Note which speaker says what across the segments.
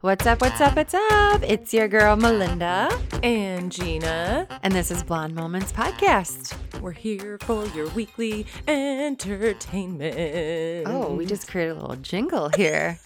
Speaker 1: What's up, what's up, what's up? It's your girl Melinda,
Speaker 2: And Gina,
Speaker 1: and this is Blonde Moments Podcast.
Speaker 2: we're here for your weekly entertainment.
Speaker 1: Oh, we just created a little jingle here.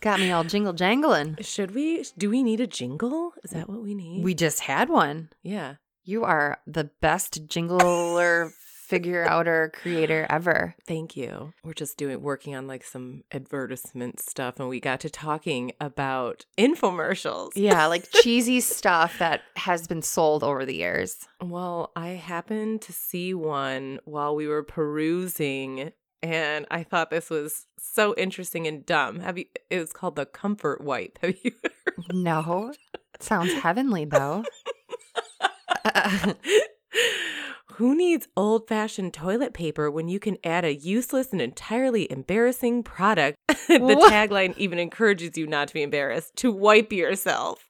Speaker 1: Got me all jingle jangling.
Speaker 2: should we? Do we need a jingle? Is that what we need?
Speaker 1: We just had one.
Speaker 2: yeah.
Speaker 1: You are the best jingler, figure outer, creator ever.
Speaker 2: Thank you. We're just doing working on like some advertisement stuff, and we got to talking about infomercials.
Speaker 1: Yeah, like cheesy stuff that has been sold over the years.
Speaker 2: Well, I happened to see one while we were perusing, and I thought this was so interesting and dumb. Have you? It was called the Comfort Wipe. Have you?
Speaker 1: No, sounds heavenly though.
Speaker 2: Who needs old fashioned toilet paper when you can add a useless and entirely embarrassing product? the
Speaker 1: What?
Speaker 2: tagline even encourages you not to be embarrassed to wipe yourself.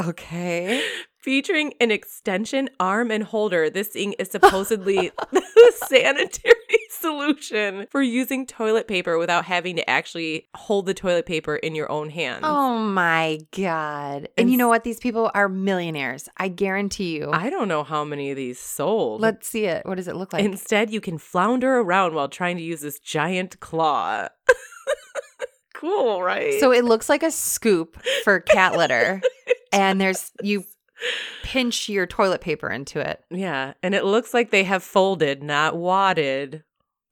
Speaker 1: okay.
Speaker 2: Featuring an extension arm and holder, this thing is supposedly the sanitary solution for using toilet paper without having to actually hold the toilet paper in your own hand.
Speaker 1: Oh my God. And you know what? These people are millionaires. I guarantee you.
Speaker 2: I don't know how many of these sold.
Speaker 1: Let's see it. What does it look like?
Speaker 2: Instead, you can flounder around while trying to use this giant claw. cool, right?
Speaker 1: so it looks like a scoop for cat litter. and there's, you pinch your toilet paper into it.
Speaker 2: yeah, and it looks like they have folded, not wadded,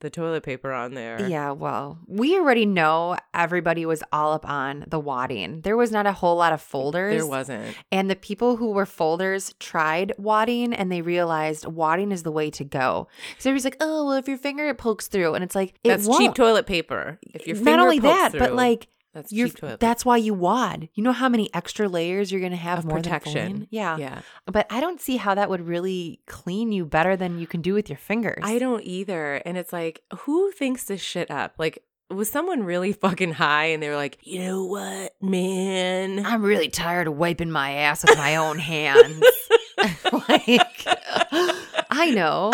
Speaker 2: the toilet paper on there.
Speaker 1: Yeah, well, we already know everybody was all up on the wadding. There was not a whole lot of folders.
Speaker 2: there wasn't.
Speaker 1: And the people who were folders tried wadding and they realized wadding is the way to go. So everybody's like, oh, well, if your finger it pokes through. And it's like, it
Speaker 2: That's
Speaker 1: won't.
Speaker 2: cheap toilet paper. If your
Speaker 1: not
Speaker 2: finger
Speaker 1: only
Speaker 2: pokes
Speaker 1: that, but
Speaker 2: through,
Speaker 1: like,
Speaker 2: that's
Speaker 1: you're,
Speaker 2: cheap toilet
Speaker 1: that's why you wad. You know how many extra layers you're going to have
Speaker 2: Of
Speaker 1: more Than
Speaker 2: protection.
Speaker 1: folding? yeah.
Speaker 2: paper. Yeah,
Speaker 1: But I don't see how that would really clean you better than you can do with your fingers.
Speaker 2: I don't either. And it's like, who thinks this shit up? Like, was someone really fucking high and they were like, you know what, man?
Speaker 1: I'm really tired of wiping my ass with my own hands. like, I know.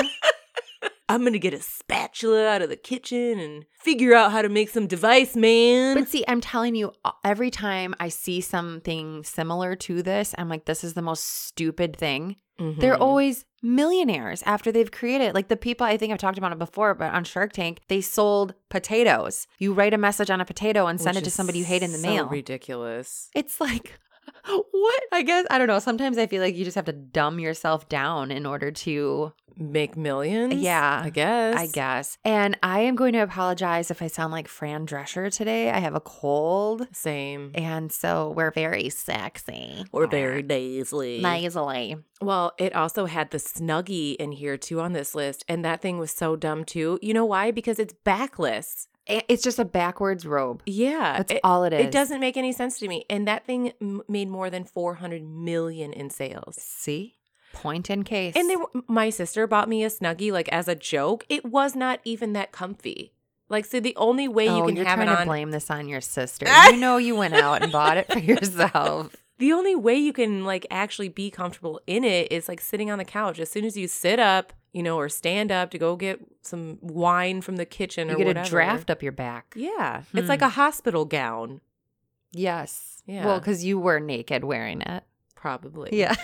Speaker 2: I'm gonna get a spatula out of the kitchen and figure out how to make some device, man.
Speaker 1: But see, I'm telling you, every time I see something similar to this, I'm like, this is the most stupid thing.
Speaker 2: Mm-hmm.
Speaker 1: They're always millionaires after they've created. Like the people, I think I've talked about it before, but on Shark Tank, they sold potatoes. You write a message on a potato and send it to somebody you hate in the mail.
Speaker 2: Ridiculous.
Speaker 1: it's like, what? I guess, I don't know. Sometimes I feel like you just have to dumb yourself down in order to
Speaker 2: Make millions.
Speaker 1: Yeah,
Speaker 2: I guess.
Speaker 1: I guess. And I am going to apologize if I sound like Fran Drescher today. I have a cold.
Speaker 2: Same.
Speaker 1: And so we're very sexy.
Speaker 2: Or very nasally.
Speaker 1: nasally.
Speaker 2: Well, it also had the Snuggie in here too on this list, and that thing was so dumb too. You know why? Because it's backless.
Speaker 1: I- It's just a backwards robe.
Speaker 2: Yeah,
Speaker 1: That's
Speaker 2: Uh, it,
Speaker 1: all it is.
Speaker 2: it doesn't make any sense to me. And that thing m- made more than four hundred million in sales.
Speaker 1: See? Point in case.
Speaker 2: And they were, my sister bought me a snuggie like as a joke. It was not even that comfy. Like so, the only way
Speaker 1: oh,
Speaker 2: you can
Speaker 1: you're
Speaker 2: have it
Speaker 1: trying to
Speaker 2: on
Speaker 1: blame this on your sister. you know you went out and bought it for yourself.
Speaker 2: the only way you can like actually be comfortable in it is like sitting on the couch. As soon as you sit up, you know, or stand up to go get some wine from the kitchen
Speaker 1: You
Speaker 2: or
Speaker 1: get
Speaker 2: whatever.
Speaker 1: a draft Hmm. up your back.
Speaker 2: Yeah, it's like a hospital gown,
Speaker 1: Yes.
Speaker 2: Yeah.
Speaker 1: Well, because you were naked wearing it.
Speaker 2: probably.
Speaker 1: Yeah.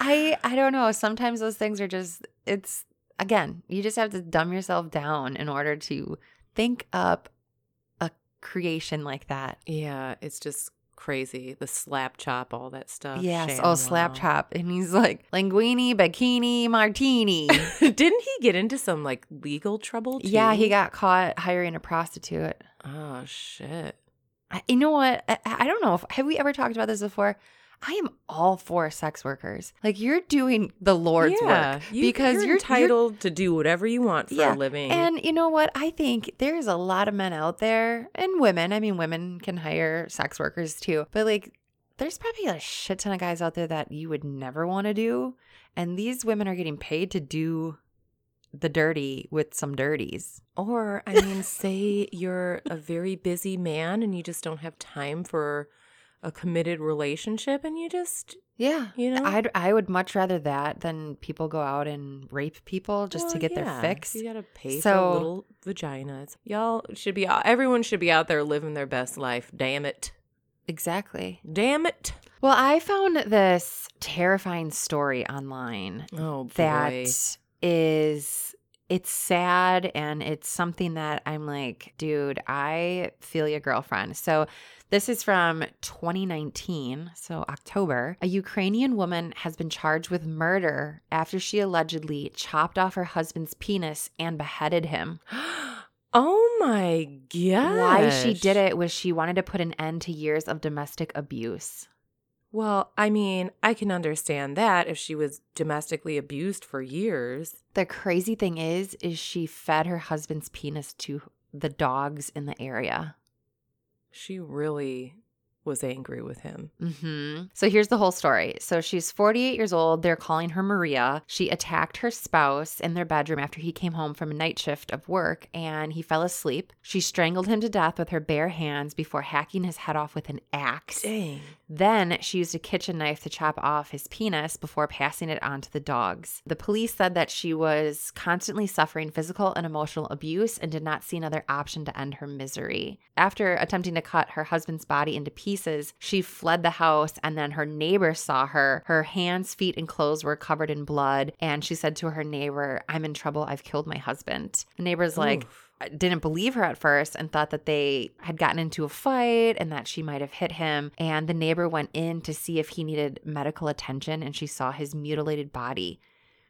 Speaker 1: I I don't know. Sometimes those things are just it's again, you just have to dumb yourself down in order to think up a creation like that.
Speaker 2: yeah, it's just crazy. The slap chop, all that stuff.
Speaker 1: yes. Oh, slap
Speaker 2: Shamwow.
Speaker 1: chop. And he's like, linguini, bikini, martini.
Speaker 2: Didn't he get into some like legal trouble? Too?
Speaker 1: yeah, he got caught hiring a prostitute.
Speaker 2: Oh shit.
Speaker 1: I, you know what? I, I don't know if have we ever talked about this before. I am all for sex workers. Like you're doing the Lord's work
Speaker 2: you-
Speaker 1: because
Speaker 2: you're,
Speaker 1: you're
Speaker 2: entitled to do whatever you want for
Speaker 1: Yeah,
Speaker 2: a living.
Speaker 1: And you know what? I think there's a lot of men out there and women. I mean, women can hire sex workers too, but like, there's probably a shit ton of guys out there that you would never want to do. And these women are getting paid to do the dirty with some dirties.
Speaker 2: or I mean, say you're a very busy man and you just don't have time for a committed relationship and you just
Speaker 1: Yeah.
Speaker 2: you know
Speaker 1: I'd I would much rather that than people go out and rape people just to
Speaker 2: Well,
Speaker 1: get
Speaker 2: yeah,
Speaker 1: their fix.
Speaker 2: You gotta pay for
Speaker 1: So-
Speaker 2: little vaginas. Y'all should be out everyone should be out there living their best life. Damn it.
Speaker 1: Exactly.
Speaker 2: Damn it.
Speaker 1: Well, I found this terrifying story online
Speaker 2: Oh
Speaker 1: that is it's sad and it's something that I'm like, dude, I feel your girlfriend. So this is from 2019, so October. A Ukrainian woman has been charged with murder after she allegedly chopped off her husband's penis and beheaded him.
Speaker 2: oh my god.
Speaker 1: Why she did it was she wanted to put an end to years of domestic abuse.
Speaker 2: Well, I mean, I can understand that if she was domestically abused for years.
Speaker 1: The crazy thing is, is she fed her husband's penis to the dogs in the area.
Speaker 2: She really was angry with him.
Speaker 1: hmm So here's the whole story. So she's 48 years old. They're calling her Maria. She attacked her spouse in their bedroom after he came home from a night shift of work and he fell asleep. She strangled him to death with her bare hands before hacking his head off with an axe.
Speaker 2: Dang.
Speaker 1: Then she used a kitchen knife to chop off his penis before passing it on to the dogs. The police said that she was constantly suffering physical and emotional abuse and did not see another option to end her misery. After attempting to cut her husband's body into pieces, she fled the house and then her neighbor saw her. Her hands, feet, and clothes were covered in blood, and she said to her neighbor, I'm in trouble. I've killed my husband. The neighbor's like,
Speaker 2: Oof.
Speaker 1: didn't believe her at first and thought that they had gotten into a fight and that she might have hit him. And the neighbor went in to see if he needed medical attention and she saw his mutilated body.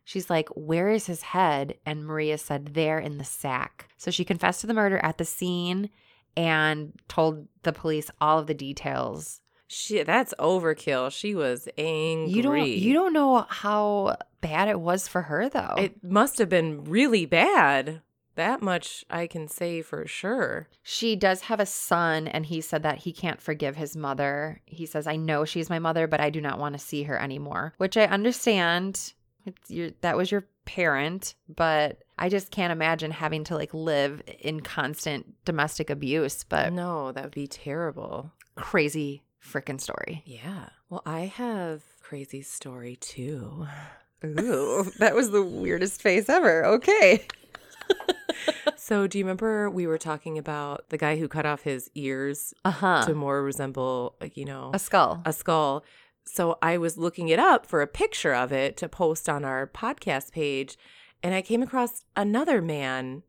Speaker 1: She's like, Where is his head? And Maria said, There in the sack. So she confessed to the murder at the scene and told the police all of the details.
Speaker 2: Shit, that's overkill. She was angry.
Speaker 1: You don't you don't know how bad it was for her though.
Speaker 2: It must have been really bad. That much I can say for sure.
Speaker 1: She does have a son, and he said that he can't forgive his mother. He says, I know she's my mother, but I do not want to see her anymore, which I understand. It's your, that was your parent, but I just can't imagine having to like live in constant domestic abuse. But
Speaker 2: no, that would be terrible.
Speaker 1: crazy freaking story.
Speaker 2: Yeah. Well, I have crazy story too.
Speaker 1: Ooh, that was the weirdest face ever. Okay.
Speaker 2: so, do you remember we were talking about the guy who cut off his ears
Speaker 1: Uh
Speaker 2: to
Speaker 1: huh.
Speaker 2: more resemble, like, you know,
Speaker 1: A skull.
Speaker 2: a skull. So I was looking it up for a picture of it to post on our podcast page, and I came across another man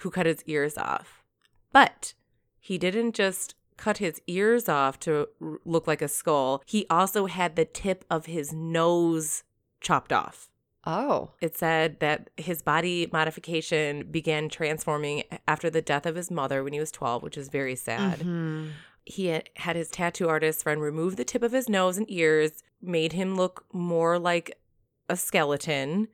Speaker 2: who cut his ears off. But he didn't just cut his ears off to r- look like a skull, he also had the tip of his nose chopped off.
Speaker 1: Oh.
Speaker 2: It said that his body modification began transforming after the death of his mother when he was 12, which is very sad
Speaker 1: Mhm.
Speaker 2: he had- had his tattoo artist friend remove the tip of his nose and ears, made him look more like a skeleton,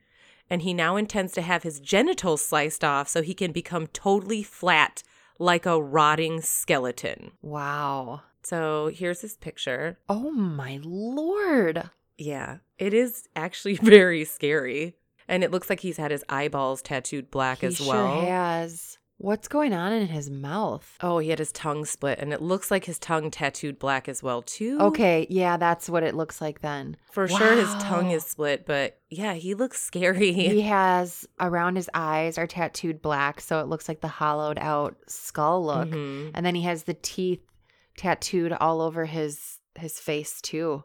Speaker 2: and he now intends to have his genitals sliced off so he can become totally flat like a rotting skeleton.
Speaker 1: Wow.
Speaker 2: So here's his picture.
Speaker 1: Oh my lord.
Speaker 2: Yeah, it is actually very scary. And it looks like he's had his eyeballs tattooed black
Speaker 1: He
Speaker 2: as
Speaker 1: sure
Speaker 2: well.
Speaker 1: has. What's going on in his mouth?
Speaker 2: oh, he had his tongue split, and it looks like his tongue tattooed black as well, too.
Speaker 1: Okay, yeah, that's what it looks like then.
Speaker 2: For sure, his
Speaker 1: Wow.
Speaker 2: tongue is split, but yeah, he looks scary.
Speaker 1: He has around his eyes are tattooed black, so it looks like the hollowed out skull look.
Speaker 2: Mhm.
Speaker 1: And then he has the teeth tattooed all over his his face too.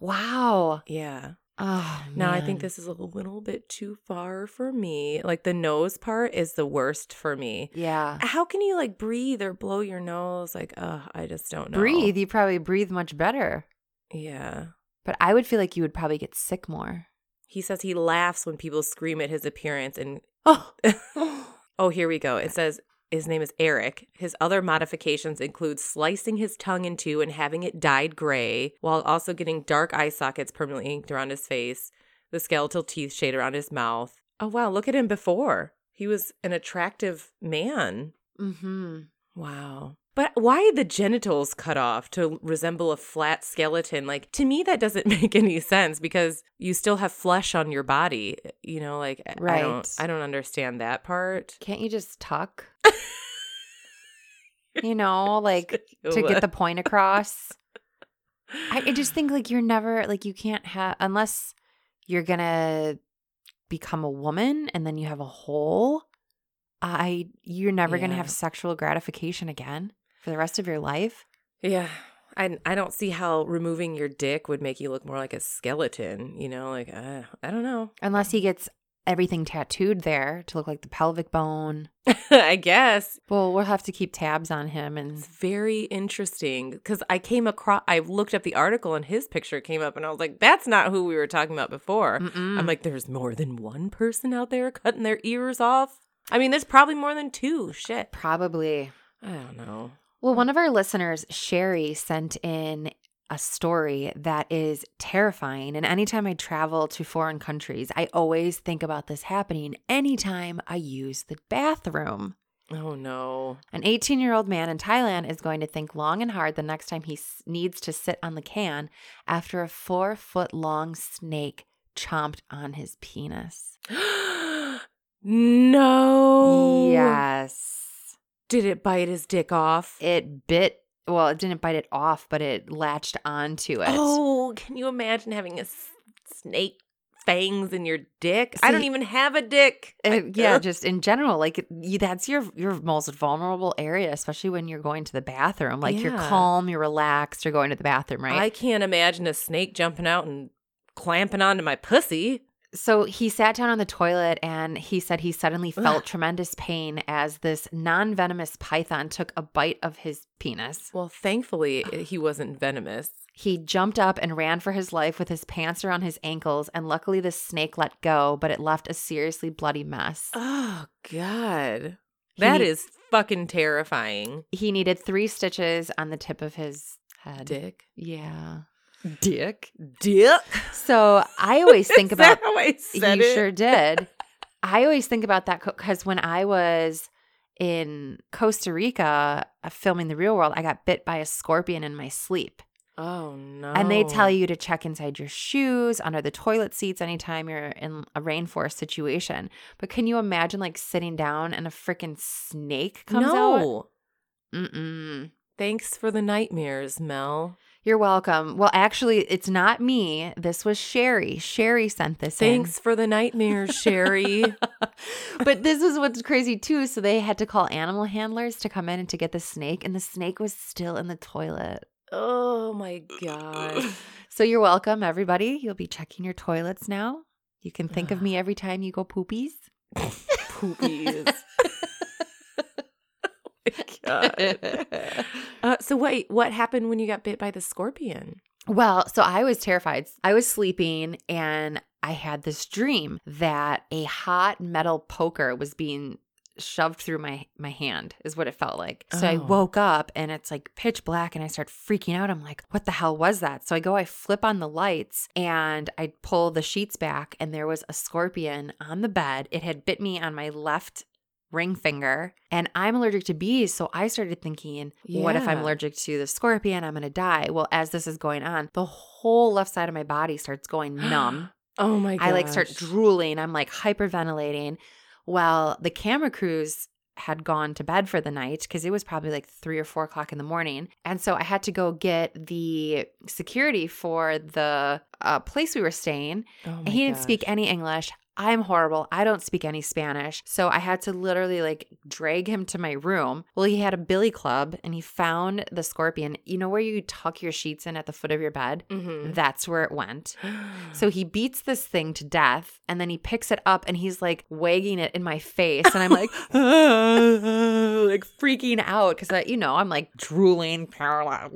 Speaker 1: Wow.
Speaker 2: Yeah.
Speaker 1: Oh,
Speaker 2: Now, I
Speaker 1: man.
Speaker 2: think this is a little bit too far for me. Like, the nose part is the worst for me.
Speaker 1: Yeah.
Speaker 2: How can you, like, breathe or blow your nose? Like, uh, I just don't know.
Speaker 1: Breathe, you probably breathe much better.
Speaker 2: Yeah.
Speaker 1: But I would feel like you would probably get sick more.
Speaker 2: He says he laughs when people scream at his appearance and oh, oh, here we go. It says his name is Eric. His other modifications include slicing his tongue in two and having it dyed gray, while also getting dark eye sockets permanently inked around his face, the skeletal teeth shade around his mouth. Oh wow, look at him before. He was an attractive man.
Speaker 1: Mm-hmm.
Speaker 2: Wow. But why the genitals cut off to resemble a flat skeleton? Like, to me, that doesn't make any sense because you still have flesh on your body. eh, You know, like, I- I, don't,
Speaker 1: Right.
Speaker 2: I don't understand that part.
Speaker 1: Can't you just tuck? you know, like to get the point across. I, I just think like you're never like you can't have unless you're gonna become a woman and then you have a hole. I you're never gonna
Speaker 2: Yeah.
Speaker 1: have sexual gratification again for the rest of your life.
Speaker 2: Yeah. I, I don't see how removing your dick would make you look more like a skeleton, you know? Like, uh, I don't know.
Speaker 1: Unless he gets everything tattooed there to look like the pelvic bone.
Speaker 2: I guess
Speaker 1: Well, we'll have to keep tabs on him and
Speaker 2: it's very interesting because I came across, I looked up the article and his picture came up and I was like, that's not who we were talking about before.
Speaker 1: Mm-mm.
Speaker 2: I'm like, there's more than one person out there cutting their ears off. I mean, there's probably more than two. Shit.
Speaker 1: probably.
Speaker 2: I don't know.
Speaker 1: Well, one of our listeners, Sherry, sent in a story that is terrifying. And anytime I travel to foreign countries, I always think about this happening anytime I use the bathroom.
Speaker 2: Oh, no.
Speaker 1: An 18 year old man in Thailand is going to think long and hard the next time he s- needs to sit on the can after a four foot long snake chomped on his penis.
Speaker 2: no.
Speaker 1: Yes.
Speaker 2: Did it bite his dick off?
Speaker 1: It bit, well, it didn't bite it off, but it latched onto it.
Speaker 2: Oh, can you imagine having a s- snake fangs in your dick? I don't
Speaker 1: See-
Speaker 2: even have a dick.
Speaker 1: Uh, yeah, just in general, like it- you, that's your your most vulnerable area, especially when you're going to the bathroom. Like you're
Speaker 2: Yeah.
Speaker 1: calm, you're relaxed, you're going to the bathroom, right?
Speaker 2: I can't imagine a snake jumping out and clamping onto my pussy.
Speaker 1: So he sat down on the toilet and he said he suddenly felt tremendous pain as this non venomous python took a bite of his penis.
Speaker 2: Well, thankfully, he wasn't venomous.
Speaker 1: He jumped up and ran for his life with his pants around his ankles, and luckily the snake let go, but it left a seriously bloody mess.
Speaker 2: Oh, God. that
Speaker 1: He-
Speaker 2: is fucking terrifying.
Speaker 1: He needed three stitches on the tip of his head.
Speaker 2: Dick.
Speaker 1: Yeah. Dick.
Speaker 2: Dick?
Speaker 1: So I always think
Speaker 2: Is
Speaker 1: about
Speaker 2: that how I said
Speaker 1: you
Speaker 2: it?
Speaker 1: sure did. I always think about that because when I was in Costa Rica uh, filming the real world, I got bit by a scorpion in my sleep.
Speaker 2: Oh, no.
Speaker 1: And they tell you to check inside your shoes, under the toilet seats anytime you're in a rainforest situation. But can you imagine like sitting down and a freaking snake comes out?
Speaker 2: no.
Speaker 1: Mm-mm.
Speaker 2: Thanks for the nightmares, Mel.
Speaker 1: You're welcome. Well, actually, it's not me. This was Sherry. Sherry sent this in.
Speaker 2: Thanks for the nightmares, Sherry.
Speaker 1: but this is what's crazy too. So they had to call animal handlers to come in and to get the snake, and the snake was still in the toilet.
Speaker 2: oh my god.
Speaker 1: So you're welcome, everybody. You'll be checking your toilets now. You can think of me every time you go poopies.
Speaker 2: Poopies. Oh, God. Uh, so wait, what happened when you got bit by the scorpion?
Speaker 1: Well, so I was terrified. I was sleeping and I had this dream that a hot metal poker was being shoved through my my hand is what it felt like. So I
Speaker 2: Oh.
Speaker 1: woke up and it's like pitch black and I start freaking out. I'm like, "What the hell was that?" So I go I flip on the lights and I pull the sheets back and there was a scorpion on the bed. It had bit me on my left ring finger and I'm allergic to bees, so I started thinking, "What if I'm allergic
Speaker 2: Yeah.
Speaker 1: allergic to the scorpion. I'm going to die. Well, as this is going on, the whole left side of my body starts going numb.
Speaker 2: Oh my god.
Speaker 1: I like start drooling. I'm like hyperventilating. Well, the camera crews had gone to bed for the night because it was probably like three or four o'clock in the morning. And so I had to go get the security for the uh, place we were staying
Speaker 2: Oh my
Speaker 1: he didn't
Speaker 2: gosh.
Speaker 1: speak any English. I'm horrible. I don't speak any Spanish. So I had to literally like drag him to my room. Well, he had a billy club and he found the scorpion. You know where you tuck your sheets in at the foot of your bed?
Speaker 2: Mhm.
Speaker 1: That's where it went.
Speaker 2: Mm-hmm.
Speaker 1: So he beats this thing to death and then he picks it up and he's like wagging it in my face. And I'm like, like freaking out because, you know, I'm like drooling, paralyzed,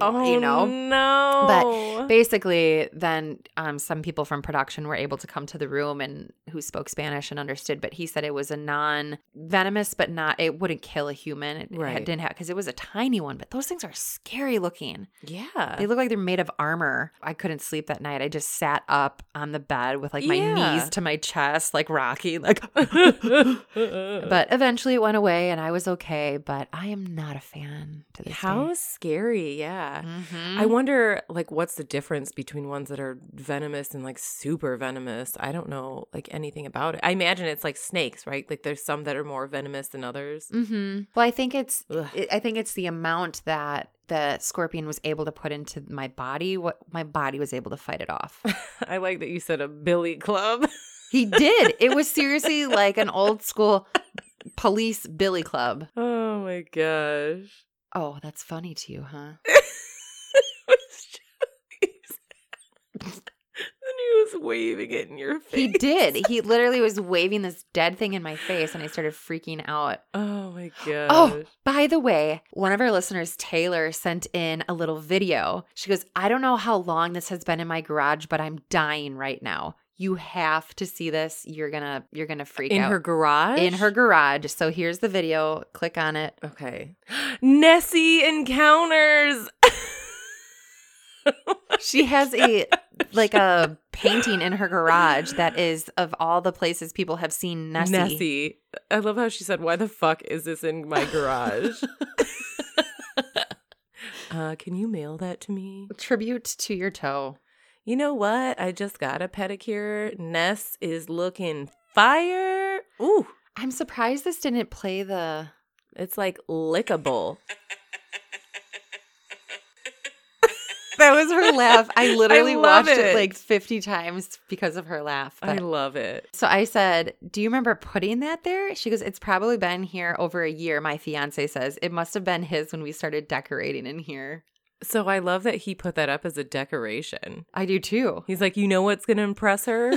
Speaker 2: Oh
Speaker 1: you know?
Speaker 2: no. Uh-huh.
Speaker 1: basically then um, some people from production were able to come to the room and who spoke spanish and understood but he said it was a non venomous but not it wouldn't kill a human it,
Speaker 2: Right.
Speaker 1: didn't have because it was a tiny one but those things are scary looking
Speaker 2: yeah.
Speaker 1: they look like they're made of armor i couldn't sleep that night i just sat up on the bed with like my
Speaker 2: Yeah.
Speaker 1: knees to my chest like rocky like
Speaker 2: but
Speaker 1: but eventually it went away and i was okay but i am not a fan to this
Speaker 2: how
Speaker 1: day.
Speaker 2: scary, yeah.
Speaker 1: Mhm.
Speaker 2: I wonder, like, what's the difference between ones that are venomous and like super venomous? I don't know. like anything about it. I imagine it's like snakes, right? Like there's some that are more venomous than others.
Speaker 1: Mm-hmm. Well, I think it's
Speaker 2: Ugh.
Speaker 1: I I think it's the amount that the scorpion was able to put into my body. What my body was able to fight it off.
Speaker 2: I like that you said a billy club.
Speaker 1: He did. It was seriously like an old school police billy club.
Speaker 2: Oh my gosh.
Speaker 1: Oh, that's funny to you, huh?
Speaker 2: and he was waving it in your face.
Speaker 1: He did. He literally was waving this dead thing in my face, and I started freaking out.
Speaker 2: Oh my gosh.
Speaker 1: Oh. By the way, one of our listeners, Taylor, sent in a little video. She goes, I don't know how long this has been in my garage, but I'm dying right now. You have to see this. You're gonna you're gonna freak
Speaker 2: in
Speaker 1: out.
Speaker 2: her garage?
Speaker 1: in her garage. So here's the video. Click on it.
Speaker 2: Okay. Nessie encounters. Oh
Speaker 1: She has a like a painting in her garage that is of all the places people have seen Nessie.
Speaker 2: Nessie. I love how she said, Why the fuck is this in my garage? uh, can you mail that to me?
Speaker 1: Tribute to your toe.
Speaker 2: You know what? I just got a pedicure. Ness is looking fire. Ooh,
Speaker 1: I'm surprised this didn't play the
Speaker 2: it's like lickable. that was
Speaker 1: her laugh. I literally
Speaker 2: love
Speaker 1: watched it.
Speaker 2: it.
Speaker 1: like 50 times because of her laugh.
Speaker 2: I
Speaker 1: But
Speaker 2: love it.
Speaker 1: so I said, Do you remember putting that there? She goes, It's probably been here over a year, my fiance says. It must have been his when we started decorating in here.
Speaker 2: So I love that he put that up as a decoration.
Speaker 1: I do too.
Speaker 2: He's like, you know what's going to impress her?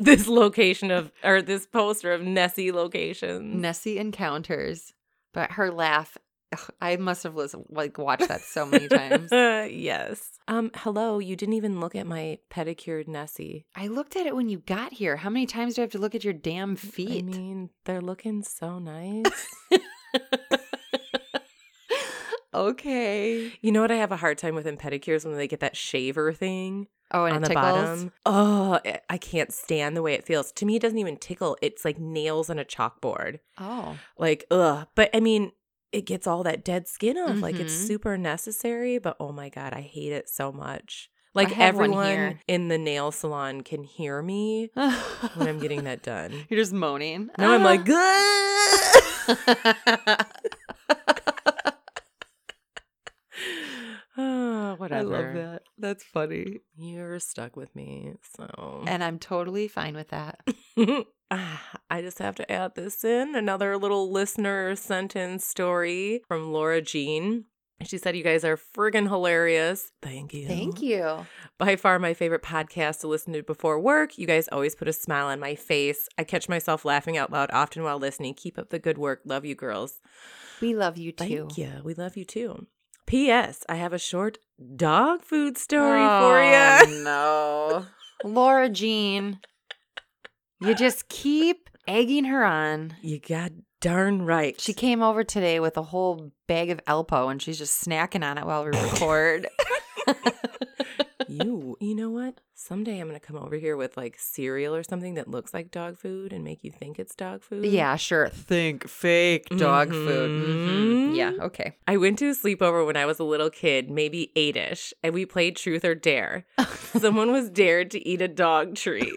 Speaker 2: this location of, or this poster of Nessie locations.
Speaker 1: Nessie encounters, but her laugh, ugh, I must have listened, like watched that so many times.
Speaker 2: yes. Um, hello, you didn't even look at my pedicured Nessie.
Speaker 1: I looked at it when you got here. How many times do Mm, I have to look at your damn
Speaker 2: I
Speaker 1: feet?
Speaker 2: mean, they're looking so nice.
Speaker 1: okay.
Speaker 2: you know what I have a hard time with in pedicures when they get that shaver thing
Speaker 1: Oh, and
Speaker 2: on
Speaker 1: it
Speaker 2: the
Speaker 1: tickles.
Speaker 2: bottom. Oh, I- I can't stand the way it feels. To me, it doesn't even tickle. It's like nails on a chalkboard.
Speaker 1: Oh.
Speaker 2: Like, ugh. But I mean, it gets all that dead skin off. Like it's
Speaker 1: Mhm.
Speaker 2: super necessary, but oh my god, I hate it so much. Like
Speaker 1: have one
Speaker 2: everyone
Speaker 1: here.
Speaker 2: in the nail salon can hear me when I'm getting that done.
Speaker 1: Oh. You're just moaning.
Speaker 2: Now I'm like,
Speaker 1: Ah.
Speaker 2: oh,
Speaker 1: I
Speaker 2: whatever.
Speaker 1: love that. That's funny.
Speaker 2: You're stuck with me, so
Speaker 1: And I'm totally fine with that.
Speaker 2: Ah, I just have to add this in another little listener sentence story from Laura Jean. She said, You guys are friggin' hilarious. Thank you.
Speaker 1: Thank you.
Speaker 2: By far, my favorite podcast to listen to before work. You guys always put a smile on my face. I catch myself laughing out loud often while listening. Keep up the good work. Love you, girls.
Speaker 1: We love you too.
Speaker 2: Thank you. We love you too. P.S. I have a short dog food story for
Speaker 1: Oh,
Speaker 2: you.
Speaker 1: no. Laura Jean, you just keep egging her on.
Speaker 2: You got darn right.
Speaker 1: She came over today with a whole bag of Elpo and she's just snacking on it while we record.
Speaker 2: you you know what someday i'm gonna come over here with like cereal or something that looks like dog food and make you think it's dog food
Speaker 1: yeah, sure. Think fake dog food.
Speaker 2: Mhm.
Speaker 1: Mhm. Yeah, okay.
Speaker 2: i went to a sleepover when i was a little kid maybe eight-ish and we played truth or dare someone was dared to eat a dog treat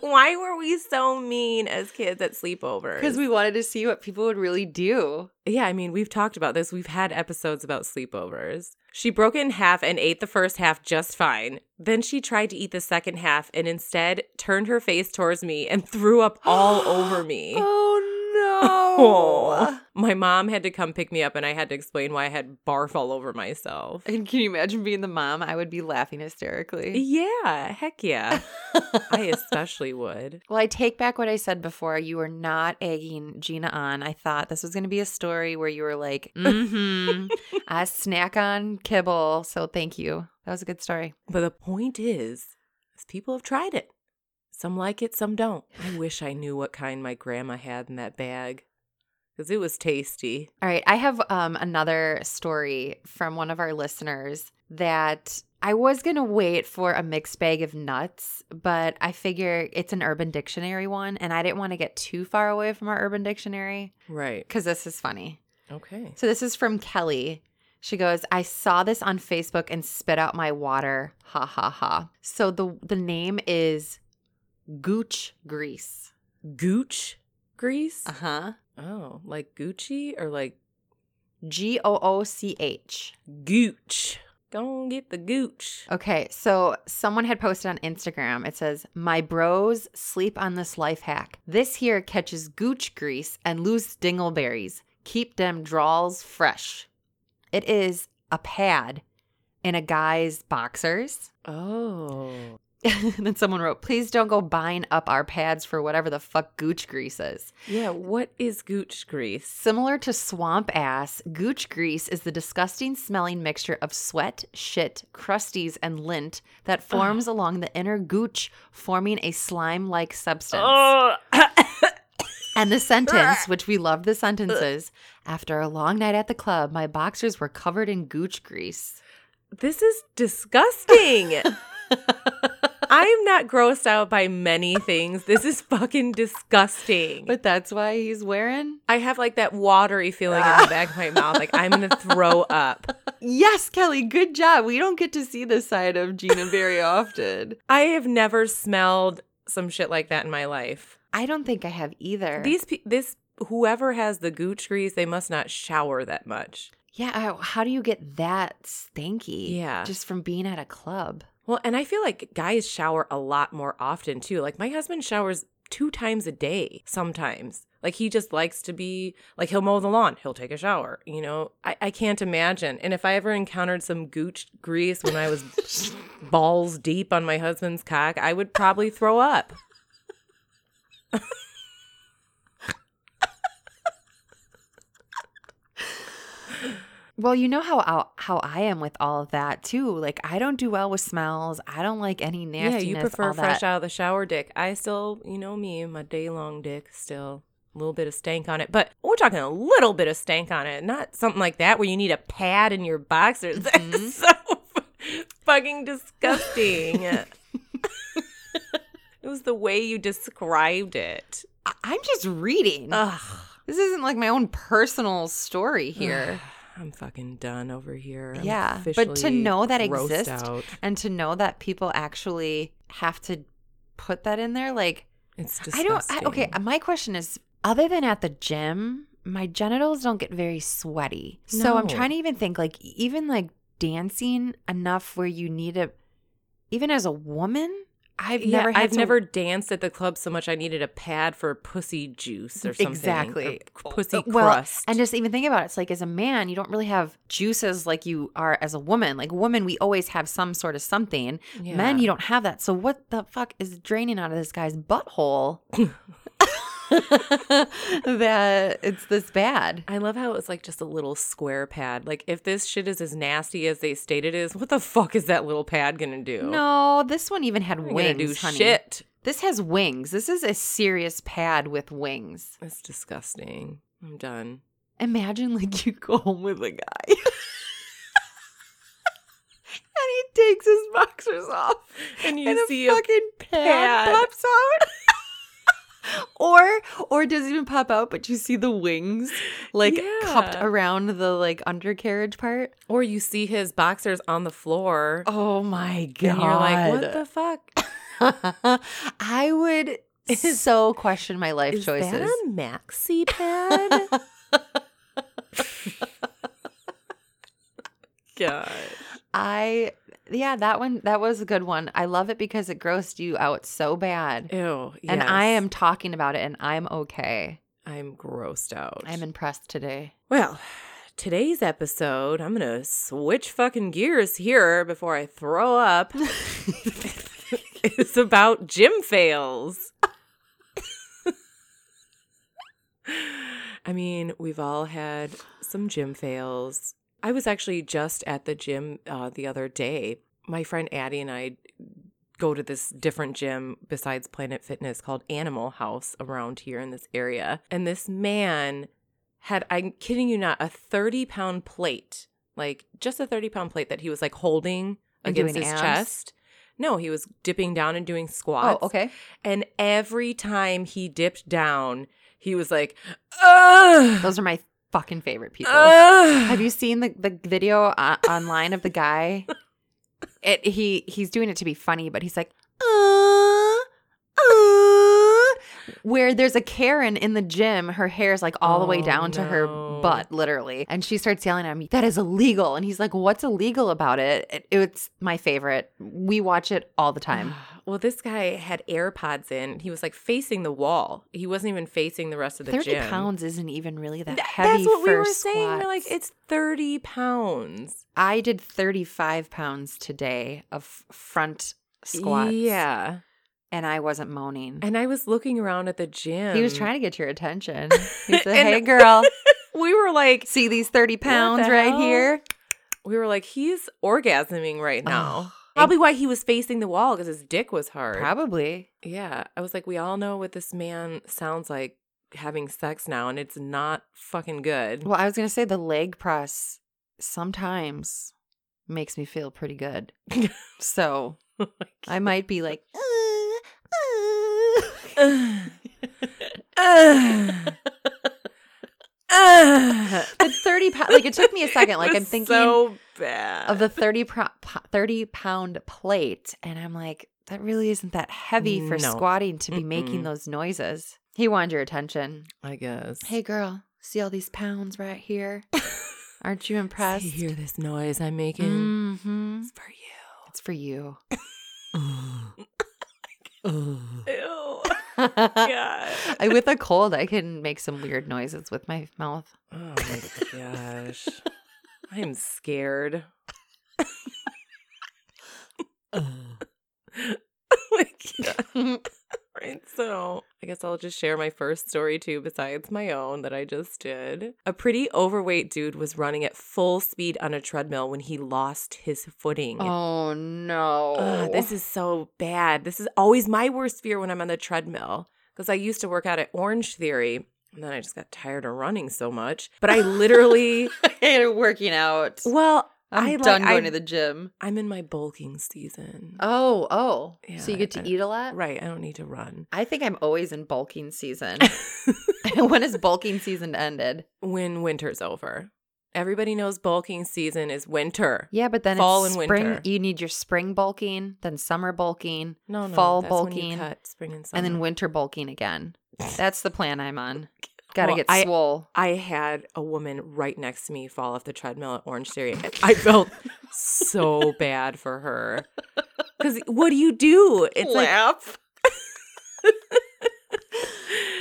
Speaker 2: why were we so mean as kids at sleepovers
Speaker 1: Because we wanted to see what people would really do.
Speaker 2: Yeah, I mean, we've talked about this. We've had episodes about sleepovers. She broke it in half and ate the first half just fine. Then she tried to eat the second half and instead turned her face towards me and threw up all over me.
Speaker 1: Oh
Speaker 2: Oh. My mom had to come pick me up and I had to explain why I had barf all over myself.
Speaker 1: And can you imagine being the mom? I would be laughing hysterically.
Speaker 2: Yeah, heck yeah. I especially would.
Speaker 1: Well, I take back what I said before. You were not egging Gina on. I thought this was going to be a story where you were like, mm-hmm, I snack on kibble. So thank you. That was a good story.
Speaker 2: But the point is, is people have tried it. Some like it, some don't. I wish I knew what kind my grandma had in that bag, because it was tasty.
Speaker 1: All right. I have um, another story from one of our listeners that I was going to wait for a mixed bag of nuts, but I figure it's an Urban Dictionary one, and I didn't want to get too far away from our Urban Dictionary
Speaker 2: Right.
Speaker 1: because this is funny.
Speaker 2: Okay.
Speaker 1: So this is from Kelly. She goes, I saw this on Facebook and spit out my water. Ha ha ha. So the the name is gooch grease.
Speaker 2: Gooch grease?
Speaker 1: Uh huh.
Speaker 2: Oh, like Gucci or like
Speaker 1: G O O C H.
Speaker 2: Gooch? Don't get the gooch.
Speaker 1: Okay, so someone had posted on Instagram. It says, "My bros sleep on this life hack. This here catches gooch grease and loose dingleberries. Keep them draws fresh." It is a pad in a guy's boxers.
Speaker 2: Oh.
Speaker 1: and then someone wrote, "Please don't go buying up our pads for whatever the fuck gooch grease is."
Speaker 2: Yeah, what is gooch grease?
Speaker 1: Similar to swamp ass, gooch grease is the disgusting smelling mixture of sweat, shit, crusties, and lint that forms along the inner gooch, forming a slime like substance. And the sentence, which we love the sentences, after a long night at the club, my boxers were covered in gooch grease.
Speaker 2: this is disgusting. I am not grossed out by many things. This is fucking disgusting.
Speaker 1: But that's why he's wearing?
Speaker 2: I have like that watery feeling in the back of my mouth. Like I'm gonna throw up.
Speaker 1: Yes, Kelly, good job. We don't get to see this side of Gina very often.
Speaker 2: I have never smelled some shit like that in my life.
Speaker 1: I don't think I have either.
Speaker 2: These pe- this whoever has the gooch grease, they must not shower that much.
Speaker 1: Yeah, how- how do you get that stanky?
Speaker 2: Yeah.
Speaker 1: Just from being at a club.
Speaker 2: Well, and I feel like guys shower a lot more often too. Like my husband showers two times a day sometimes. Like he just likes to be like he'll mow the lawn, he'll take a shower. You know, I, I can't imagine. And if I ever encountered some gooch grease when I was balls deep on my husband's cock, I would probably throw up.
Speaker 1: Well, you know how I- how I am with all of that too. Like I don't do well with smells. I don't like any nastiness.
Speaker 2: yeah, you prefer
Speaker 1: all
Speaker 2: fresh
Speaker 1: that.
Speaker 2: out of the shower dick. I still, you know me, my day long dick still a little bit of stank on it, but we're talking a little bit of stank on it, not something like that where you need a pad in your boxers.
Speaker 1: Mhm.
Speaker 2: That's so f- fucking disgusting. it was the way you described it.
Speaker 1: I- I'm just reading.
Speaker 2: Ugh.
Speaker 1: this isn't like my own personal story here.
Speaker 2: I'm fucking done over here. I'm
Speaker 1: Yeah, but to
Speaker 2: officially
Speaker 1: know that
Speaker 2: grossed
Speaker 1: exists-
Speaker 2: out.
Speaker 1: and to know that people actually have to put that in there, like
Speaker 2: it's
Speaker 1: I
Speaker 2: disgusting.
Speaker 1: don't. I, okay, my question is: other than at the gym, my genitals don't get very sweaty. So I'm
Speaker 2: No.
Speaker 1: trying to even think, like, e, even like dancing enough where you need a, even as a woman, I've
Speaker 2: Yeah,
Speaker 1: never. Had
Speaker 2: I've
Speaker 1: to-
Speaker 2: never danced at the club so much. I needed a pad for pussy juice or something. or
Speaker 1: Exactly. Uh,
Speaker 2: c- pussy
Speaker 1: Well,
Speaker 2: crust.
Speaker 1: and just even think about it. It's like as a man, you don't really have juices like you are as a woman. Like women, we always have some sort of something. Men, you don't have that. So what the fuck is draining out of this guy's butthole? that it's this bad.
Speaker 2: I love how it was like just a little square pad. Like if this shit is as nasty as they state it is, what the fuck is that little pad gonna do?
Speaker 1: No, this one even had
Speaker 2: It's not
Speaker 1: wings,
Speaker 2: gonna do
Speaker 1: honey.
Speaker 2: shit.
Speaker 1: This has wings. This is a serious pad with wings.
Speaker 2: That's disgusting. I'm done.
Speaker 1: Imagine like you go home with a guy. and he takes his boxers off.
Speaker 2: And you
Speaker 1: and
Speaker 2: see
Speaker 1: a
Speaker 2: a
Speaker 1: fucking pad,
Speaker 2: pad.
Speaker 1: pops out. or or it doesn't even pop out, but you see the wings like cupped
Speaker 2: Yeah.
Speaker 1: around the like undercarriage part.
Speaker 2: Or you see his boxers on the floor,
Speaker 1: Oh my god.
Speaker 2: and you're like, what the fuck?
Speaker 1: I would
Speaker 2: Is-
Speaker 1: so question my life
Speaker 2: Is
Speaker 1: choices.
Speaker 2: that a maxi pad? God.
Speaker 1: I yeah, that one that was a good one. I love it because it grossed you out so bad.
Speaker 2: Ew.
Speaker 1: And I
Speaker 2: yes.
Speaker 1: am talking about it and I'm okay.
Speaker 2: I'm grossed out.
Speaker 1: I'm impressed today.
Speaker 2: Well, today's episode, I'm gonna switch fucking gears here before I throw up. it's about gym fails. I mean, we've all had some gym fails. I was actually just at the gym uh, the other day. My friend Addie and I go to this different gym besides Planet Fitness called Animal House around here in this area. And this man had, I'm kidding you not, a 30 pound plate, like just a 30 pound plate that he was like holding
Speaker 1: And
Speaker 2: against
Speaker 1: doing
Speaker 2: his
Speaker 1: abs?
Speaker 2: chest. No, he was dipping down and doing
Speaker 1: Oh,
Speaker 2: squats.
Speaker 1: okay.
Speaker 2: And every time he dipped down, he was like, ugh.
Speaker 1: Those are my fucking favorite people. Have
Speaker 2: Have
Speaker 1: you seen the, the video uh, online of the guy? It he he's doing it to be funny, but he's like, uh, uh, where there's a Karen in the gym. Her hair's like all the way
Speaker 2: Oh,
Speaker 1: down to her
Speaker 2: no.
Speaker 1: butt, literally. And she starts yelling at me, That is illegal. And he's like, What's illegal about it? It- It's my favorite. We watch it all the time.
Speaker 2: Well, this guy had AirPods in. He was like facing the wall. He wasn't even facing the rest of the
Speaker 1: 30
Speaker 2: gym.
Speaker 1: pounds isn't even really that
Speaker 2: Th-
Speaker 1: heavy.
Speaker 2: That's what we
Speaker 1: for
Speaker 2: were saying. We're like,
Speaker 1: squats.
Speaker 2: it's 30 pounds.
Speaker 1: I did 35 pounds today of front squats.
Speaker 2: Yeah.
Speaker 1: And I wasn't moaning.
Speaker 2: And I was looking around at the gym.
Speaker 1: He was trying to get your attention. He said,
Speaker 2: Um, And-
Speaker 1: Hey, girl,
Speaker 2: We were like,
Speaker 1: see these 30
Speaker 2: the
Speaker 1: pounds right
Speaker 2: hell?
Speaker 1: here?
Speaker 2: we were like, he's orgasming right now.
Speaker 1: Oh,
Speaker 2: Probably why he was facing the wall because his dick was hard.
Speaker 1: Probably.
Speaker 2: Yeah. I was like, we all know what this man sounds like having sex now, and it's not fucking good.
Speaker 1: Well, I was going to say the leg press sometimes makes me feel pretty good. so
Speaker 2: Oh
Speaker 1: I might be like, "Uh, uh."
Speaker 2: Ugh. Ugh.
Speaker 1: but 30 pounds, like it took me a second. Like
Speaker 2: It
Speaker 1: I'm
Speaker 2: was
Speaker 1: thinking
Speaker 2: so bad
Speaker 1: of the 30, pro- po- 30 pound plate. And I'm like, that really isn't that heavy for
Speaker 2: No.
Speaker 1: squatting to be
Speaker 2: Mm-mm.
Speaker 1: making those noises. He wanted your attention.
Speaker 2: I guess.
Speaker 1: Hey, girl, see all these pounds right here? Aren't you
Speaker 2: press.
Speaker 1: impressed?
Speaker 2: You hear this noise I'm making?
Speaker 1: hmm
Speaker 2: It's for you.
Speaker 1: It's for you.
Speaker 2: Ew. Oh
Speaker 1: I,
Speaker 2: God.
Speaker 1: with a cold, I can make some weird noises with my mouth.
Speaker 2: Oh my gosh. I am scared. Like, right, so I guess I'll just share my first story too, besides my own that I just did. A pretty overweight dude was running at full speed on a treadmill when he lost his footing.
Speaker 1: oh no!
Speaker 2: Ugh, this is so bad. This is always my worst fear when I'm on the treadmill because I used to work out at Orange Theory and then I just got tired of running so much. But I literally,
Speaker 1: I hated working out.
Speaker 2: well,
Speaker 1: I'm
Speaker 2: I, like,
Speaker 1: done going
Speaker 2: I-
Speaker 1: to the gym.
Speaker 2: I'm in my bulking season.
Speaker 1: Oh, oh!
Speaker 2: Yeah,
Speaker 1: so you get
Speaker 2: I-
Speaker 1: to eat a lot,
Speaker 2: Right. I don't need to run.
Speaker 1: I think I'm always in bulking season. when is bulking season ended?
Speaker 2: when winter's over, everybody knows bulking season is winter.
Speaker 1: Yeah, but then
Speaker 2: Fall
Speaker 1: it's
Speaker 2: and
Speaker 1: spring.
Speaker 2: winter.
Speaker 1: You need your spring bulking, then summer bulking,
Speaker 2: No, no,
Speaker 1: fall
Speaker 2: that's when you
Speaker 1: bulking,
Speaker 2: cut spring and summer.
Speaker 1: and then winter bulking again. That's the plan I'm on. Gotta
Speaker 2: Well,
Speaker 1: get
Speaker 2: I-
Speaker 1: swole.
Speaker 2: I had a woman right next to me fall off the treadmill at Orange Theory. and I felt so bad for her. Because what do you do? It's like,
Speaker 1: laugh.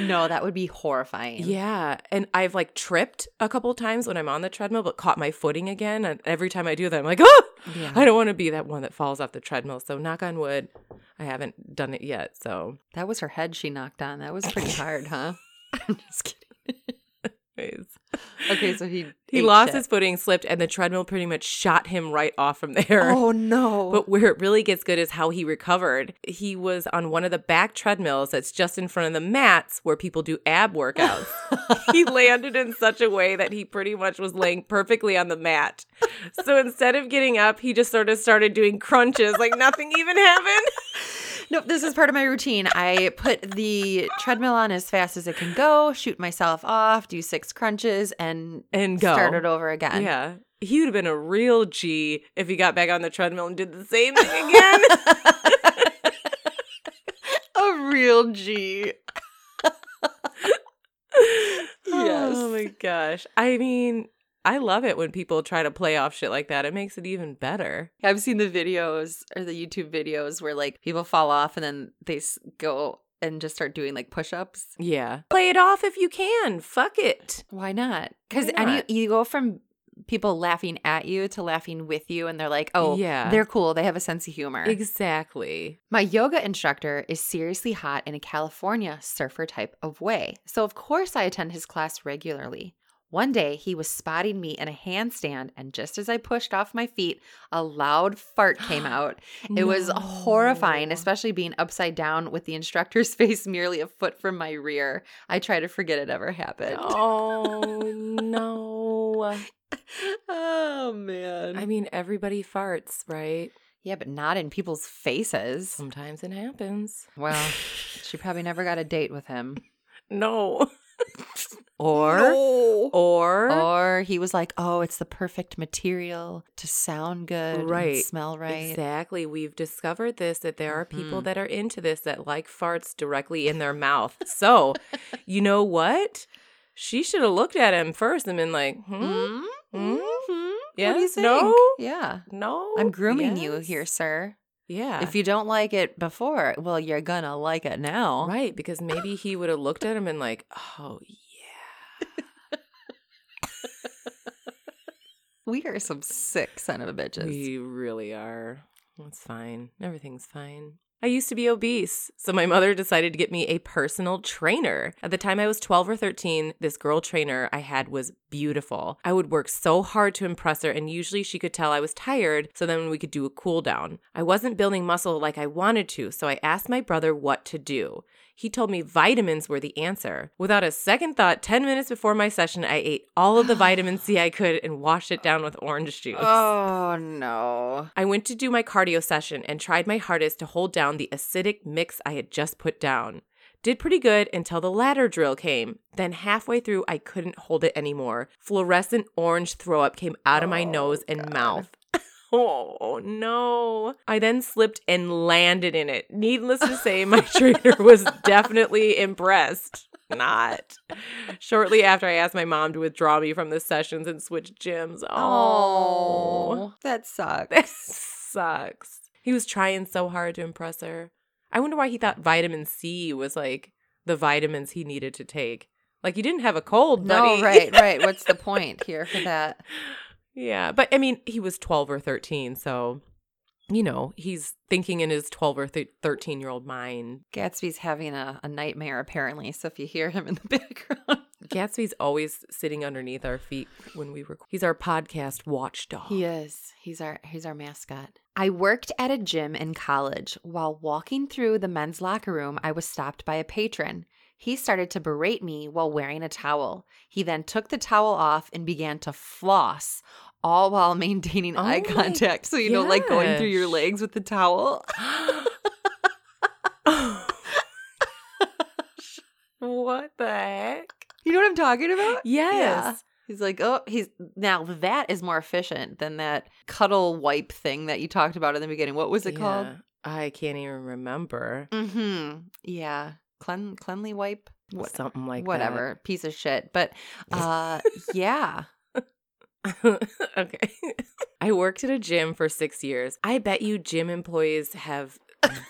Speaker 1: no, that would be horrifying.
Speaker 2: yeah. And I've like tripped a couple times when I'm on the treadmill, but caught my footing again. And every time I do that, I'm like, oh,
Speaker 1: Yeah.
Speaker 2: I don't want to be that one that falls off the treadmill. So knock on wood, I haven't done it yet. So,
Speaker 1: That was her head she knocked on. That was pretty hard, huh? I'm just kidding.
Speaker 2: anyways.
Speaker 1: Okay, so he
Speaker 2: He
Speaker 1: ate
Speaker 2: lost
Speaker 1: shit.
Speaker 2: his footing, slipped, and the treadmill pretty much shot him right off from there.
Speaker 1: Oh no!
Speaker 2: But where it really gets good is how he recovered. He was on one of the back treadmills that's just in front of the mats where people do ab workouts. he landed in such a way that he pretty much was laying perfectly on the mat. So instead of getting up, he just sort of started doing crunches like nothing even happened.
Speaker 1: Nope, this is part of my routine. I put the treadmill on as fast as it can go, shoot myself off, do six crunches, and
Speaker 2: And go.
Speaker 1: start it over again.
Speaker 2: Yeah. He would have been a real G if he got back on the treadmill and did the same thing again.
Speaker 1: A real G.
Speaker 2: Oh
Speaker 1: Oh Yes.
Speaker 2: my gosh. I mean, I love it when people try to play off shit like that. It makes it even better.
Speaker 1: I've seen the videos or the YouTube videos where like people fall off and then they s- go and just start doing like push ups.
Speaker 2: Yeah. Play it off if you can. Fuck it.
Speaker 1: Why not? Because
Speaker 2: Why
Speaker 1: any
Speaker 2: not?
Speaker 1: you go from people laughing at you to laughing with you, and they're like, "Oh,
Speaker 2: Yeah.
Speaker 1: they're cool. They have a sense of humor."
Speaker 2: Exactly.
Speaker 1: My yoga instructor is seriously hot in a California surfer type of way, so of course I attend his class regularly. One day he was spotting me in a handstand, and just as I pushed off my feet, a loud fart came out. It was horrifying,
Speaker 2: No.
Speaker 1: especially being upside down with the instructor's face merely a foot from my rear. I try to forget it ever happened.
Speaker 2: Oh no.
Speaker 1: oh man.
Speaker 2: I mean, everybody farts, right?
Speaker 1: yeah, but not in people's faces.
Speaker 2: Sometimes it happens.
Speaker 1: Well, she probably never got a date with him.
Speaker 2: No.
Speaker 1: Or
Speaker 2: No.
Speaker 1: or
Speaker 2: Or,
Speaker 1: or he was like, "Oh, it's the perfect material to sound good, and
Speaker 2: Right.
Speaker 1: smell right."
Speaker 2: Exactly. We've discovered this that there are people
Speaker 1: Mhm.
Speaker 2: that are into this that like farts directly in their mouth. So, you know what? She should have looked at him first and been
Speaker 1: Mm.
Speaker 2: like, hmm, hmm,
Speaker 1: Mm-hmm.
Speaker 2: yeah,
Speaker 1: What do you think?
Speaker 2: no,
Speaker 1: Yeah.
Speaker 2: no.
Speaker 1: I'm grooming you
Speaker 2: yes."
Speaker 1: here, sir.
Speaker 2: Yeah.
Speaker 1: Oh, If you don't like it before, well, you're gonna like it now.
Speaker 2: Right, because maybe he would have looked at him and like, oh yeah.
Speaker 1: We are some sick son of a bitches.
Speaker 2: We really are. That's fine. Everything's fine. I used to be obese, so my mother decided to get me a personal trainer. At the time I was 12 or 13, this girl trainer I had was beautiful. I would work so hard to impress her, and usually she could tell I was tired, so then we could do a cool down. I wasn't building muscle like I wanted to, so I asked my brother what to do. He told me vitamins were the answer. Without a second thought, 10 minutes before my session, I ate all of the vitamin C I could and washed it down with orange juice.
Speaker 1: Oh no.
Speaker 2: I went to do my cardio session and tried my hardest to hold down the acidic mix I had just put down. Did pretty good until the ladder drill came. Then, halfway through, I couldn't hold it anymore. Fluorescent orange throw up came out of my
Speaker 1: Oh,
Speaker 2: nose and
Speaker 1: God.
Speaker 2: mouth. Oh no. I then slipped and landed in it. Needless to say, my trainer was definitely impressed. Not. Shortly after, I asked my mom to withdraw me from the sessions and switch gyms. Oh.
Speaker 1: that sucks.
Speaker 2: This sucks. He was trying so hard to impress her. I wonder why he thought vitamin C was like the vitamins he needed to take. Like you didn't have a cold, buddy.
Speaker 1: No, right, right. What's the point here for that?
Speaker 2: Yeah, but I mean, he was 12 or 13, so you know, he's thinking in his 12 or thir 13 year old mind.
Speaker 1: Gatsby's having a, a nightmare apparently. So if you hear him in the background,
Speaker 2: Gatsby's always sitting underneath our feet when we record. He's our podcast watchdog.
Speaker 1: He is. He's our he's our mascot. I worked at a gym in college. While walking through the men's locker room, I was stopped by a patron. He started to berate me while wearing a towel. He then took the towel off and began to floss, all while maintaining
Speaker 2: Oh
Speaker 1: eye
Speaker 2: my
Speaker 1: contact. So you know, like going through your
Speaker 2: gosh.
Speaker 1: legs with the towel.
Speaker 2: what the heck?
Speaker 1: You know what I'm talking about?
Speaker 2: Yes.
Speaker 1: He's like, oh, he's now that is more efficient than that cuddle wipe thing that you talked about in the beginning. What was it called?
Speaker 2: Yeah. I can't even remember.
Speaker 1: Mm-hmm. Yeah. Clean cleanly wipe. What,
Speaker 2: Something like
Speaker 1: whatever. Piece of shit. But uh yeah.
Speaker 2: that. okay. I worked at a gym for six years. I bet you gym employees have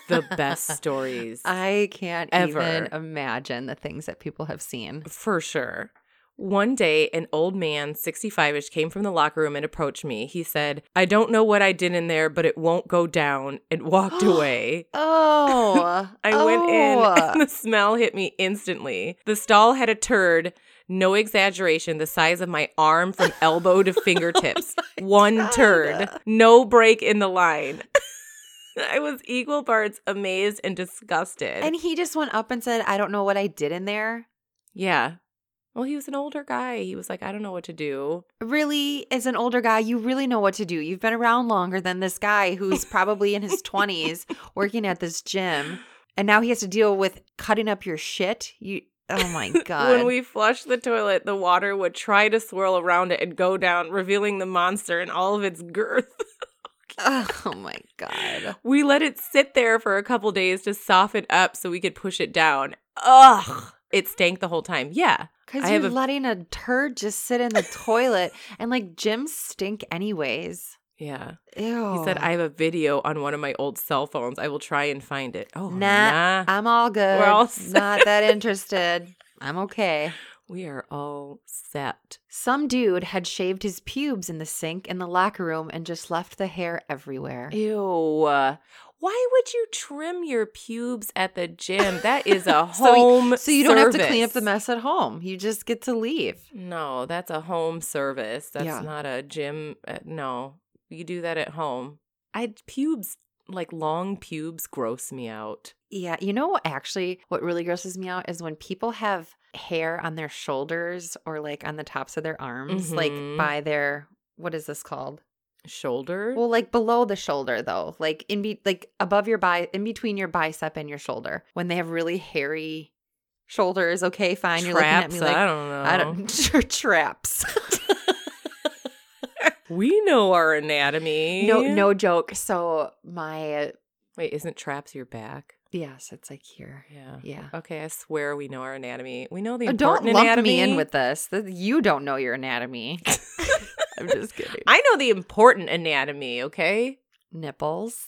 Speaker 2: the best stories.
Speaker 1: I can't
Speaker 2: Ever.
Speaker 1: even imagine the things that people have seen.
Speaker 2: For sure. One day, an old man, 65 ish, came from the locker room and approached me. He said, I don't know what I did in there, but it won't go down, and walked away.
Speaker 1: Oh.
Speaker 2: I went in and the smell hit me instantly. The stall had a turd, no exaggeration, the size of my arm from elbow to fingertips. One
Speaker 1: Oh God.
Speaker 2: turd, no break in the line. I was equal parts amazed and disgusted.
Speaker 1: And he just went up and said, I don't know what I did in there.
Speaker 2: yeah. Well, he was an older guy. He was like, I don't know what to do.
Speaker 1: Really, as an older guy, you really know what to do. You've been around longer than this guy who's probably in his 20s working at this gym. And now he has to deal with cutting up your shit. You Oh my god.
Speaker 2: When we flushed the toilet, the water would try to swirl around it and go down, revealing the monster in all of its girth.
Speaker 1: Oh my god.
Speaker 2: We let it sit there for a couple days to soften up so we could push it down. Ugh. It stank the whole time. Yeah. I
Speaker 1: Because
Speaker 2: have
Speaker 1: you're
Speaker 2: a-
Speaker 1: letting a turd just sit in the toilet and like gyms stink anyways.
Speaker 2: Yeah.
Speaker 1: Ew.
Speaker 2: He said, I have a video on one of my old cell phones. I will try and find it. Oh,
Speaker 1: Nah.
Speaker 2: nah.
Speaker 1: I'm all good.
Speaker 2: all
Speaker 1: Not that interested. I'm okay.
Speaker 2: We are all set.
Speaker 1: Some dude had shaved his pubes in the sink in the locker room and just left the hair everywhere.
Speaker 2: Ew. Why would you trim your pubes at the gym? That is a
Speaker 1: So you-
Speaker 2: home
Speaker 1: So you don't have to clean up the
Speaker 2: service.
Speaker 1: mess at home. You just get to leave.
Speaker 2: No, that's a home service. That's
Speaker 1: Yeah.
Speaker 2: not a gym. Uh, no, you do that at home. I pubes like long pubes gross me out.
Speaker 1: Yeah, you know what actually what really grosses me out is when people have hair on their shoulders or like on the tops of their arms,
Speaker 2: Mhm.
Speaker 1: like by their what is this called?
Speaker 2: Shoulder.
Speaker 1: Well, like below the shoulder though, like in be like above your bi in between your bicep and your shoulder. When they have really hairy shoulders. Okay, fine. You're looking at
Speaker 2: Traps?
Speaker 1: me like
Speaker 2: I don't know.
Speaker 1: I don't sure traps.
Speaker 2: We know our anatomy.
Speaker 1: no, no joke. So my
Speaker 2: Wait, isn't traps your back?
Speaker 1: yes, it's like here.
Speaker 2: Yeah.
Speaker 1: Yeah.
Speaker 2: Okay, I swear we know our anatomy. We know the
Speaker 1: Uh, Don't
Speaker 2: important
Speaker 1: lump
Speaker 2: anatomy.
Speaker 1: me in with this. Th- You don't know your anatomy. I'm just kidding.
Speaker 2: I know the important anatomy. Okay,
Speaker 1: Nipples.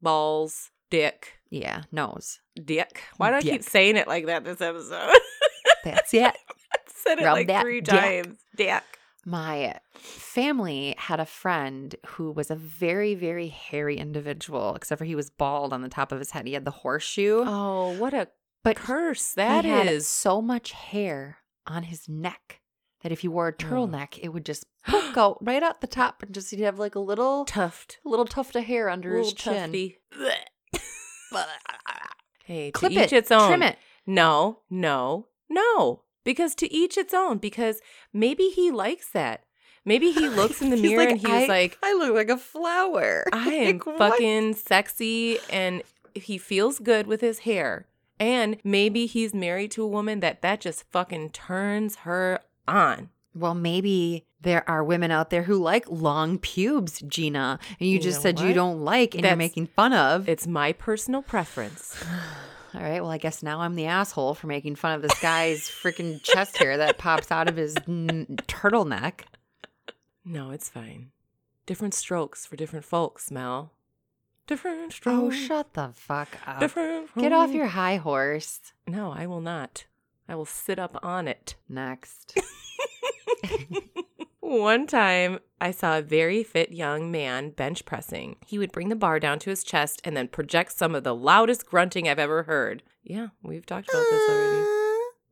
Speaker 2: balls, dick,
Speaker 1: Yeah, nose.
Speaker 2: dick. Why do I keep
Speaker 1: Dick.
Speaker 2: saying it like that this episode?
Speaker 1: That's it.
Speaker 2: I said it
Speaker 1: Rub
Speaker 2: like
Speaker 1: that
Speaker 2: three
Speaker 1: dick.
Speaker 2: times. Dick.
Speaker 1: My family had a friend who was a very, very hairy individual, except for he was bald on the top of his head. He had the horseshoe.
Speaker 2: Oh, what a
Speaker 1: but
Speaker 2: curse
Speaker 1: That
Speaker 2: that
Speaker 1: is
Speaker 2: is!
Speaker 1: so much hair on his neck that if he wore a turtleneck, it would just poke out right out the top and just he'd have like a little
Speaker 2: Tuft.
Speaker 1: little tuft of hair under
Speaker 2: Little
Speaker 1: his chin.
Speaker 2: tufty. Hey, to
Speaker 1: Clip
Speaker 2: each
Speaker 1: it,
Speaker 2: its own.
Speaker 1: trim it.
Speaker 2: No, no, no. Because to each its own. Because maybe he likes that. Maybe he looks in the
Speaker 1: He's
Speaker 2: mirror and he's
Speaker 1: I,
Speaker 2: like,
Speaker 1: I look like a flower.
Speaker 2: I am
Speaker 1: Like, what?
Speaker 2: fucking sexy and he feels good with his hair. And maybe he's married to a woman that that just fucking turns her on.
Speaker 1: Well, maybe there are women out there who like long pubes, Gina, and you,
Speaker 2: You
Speaker 1: just
Speaker 2: know
Speaker 1: said you
Speaker 2: what?
Speaker 1: don't like and you're
Speaker 2: That's-
Speaker 1: making fun of.
Speaker 2: It's my personal preference.
Speaker 1: All right. Well, I guess now I'm the asshole for making fun of this guy's freaking chest hair that pops out of his n- turtleneck.
Speaker 2: No, it's fine. Different strokes for different folks, Mel. Different
Speaker 1: Oh,
Speaker 2: strokes.
Speaker 1: shut the fuck up.
Speaker 2: Different.
Speaker 1: Get off
Speaker 2: strokes.
Speaker 1: your high horse.
Speaker 2: No, I will not. I will sit up on it.
Speaker 1: Next.
Speaker 2: One time, I saw a very fit young man bench pressing. He would bring the bar down to his chest and then project some of the loudest grunting I've ever heard. Yeah, we've talked about this already.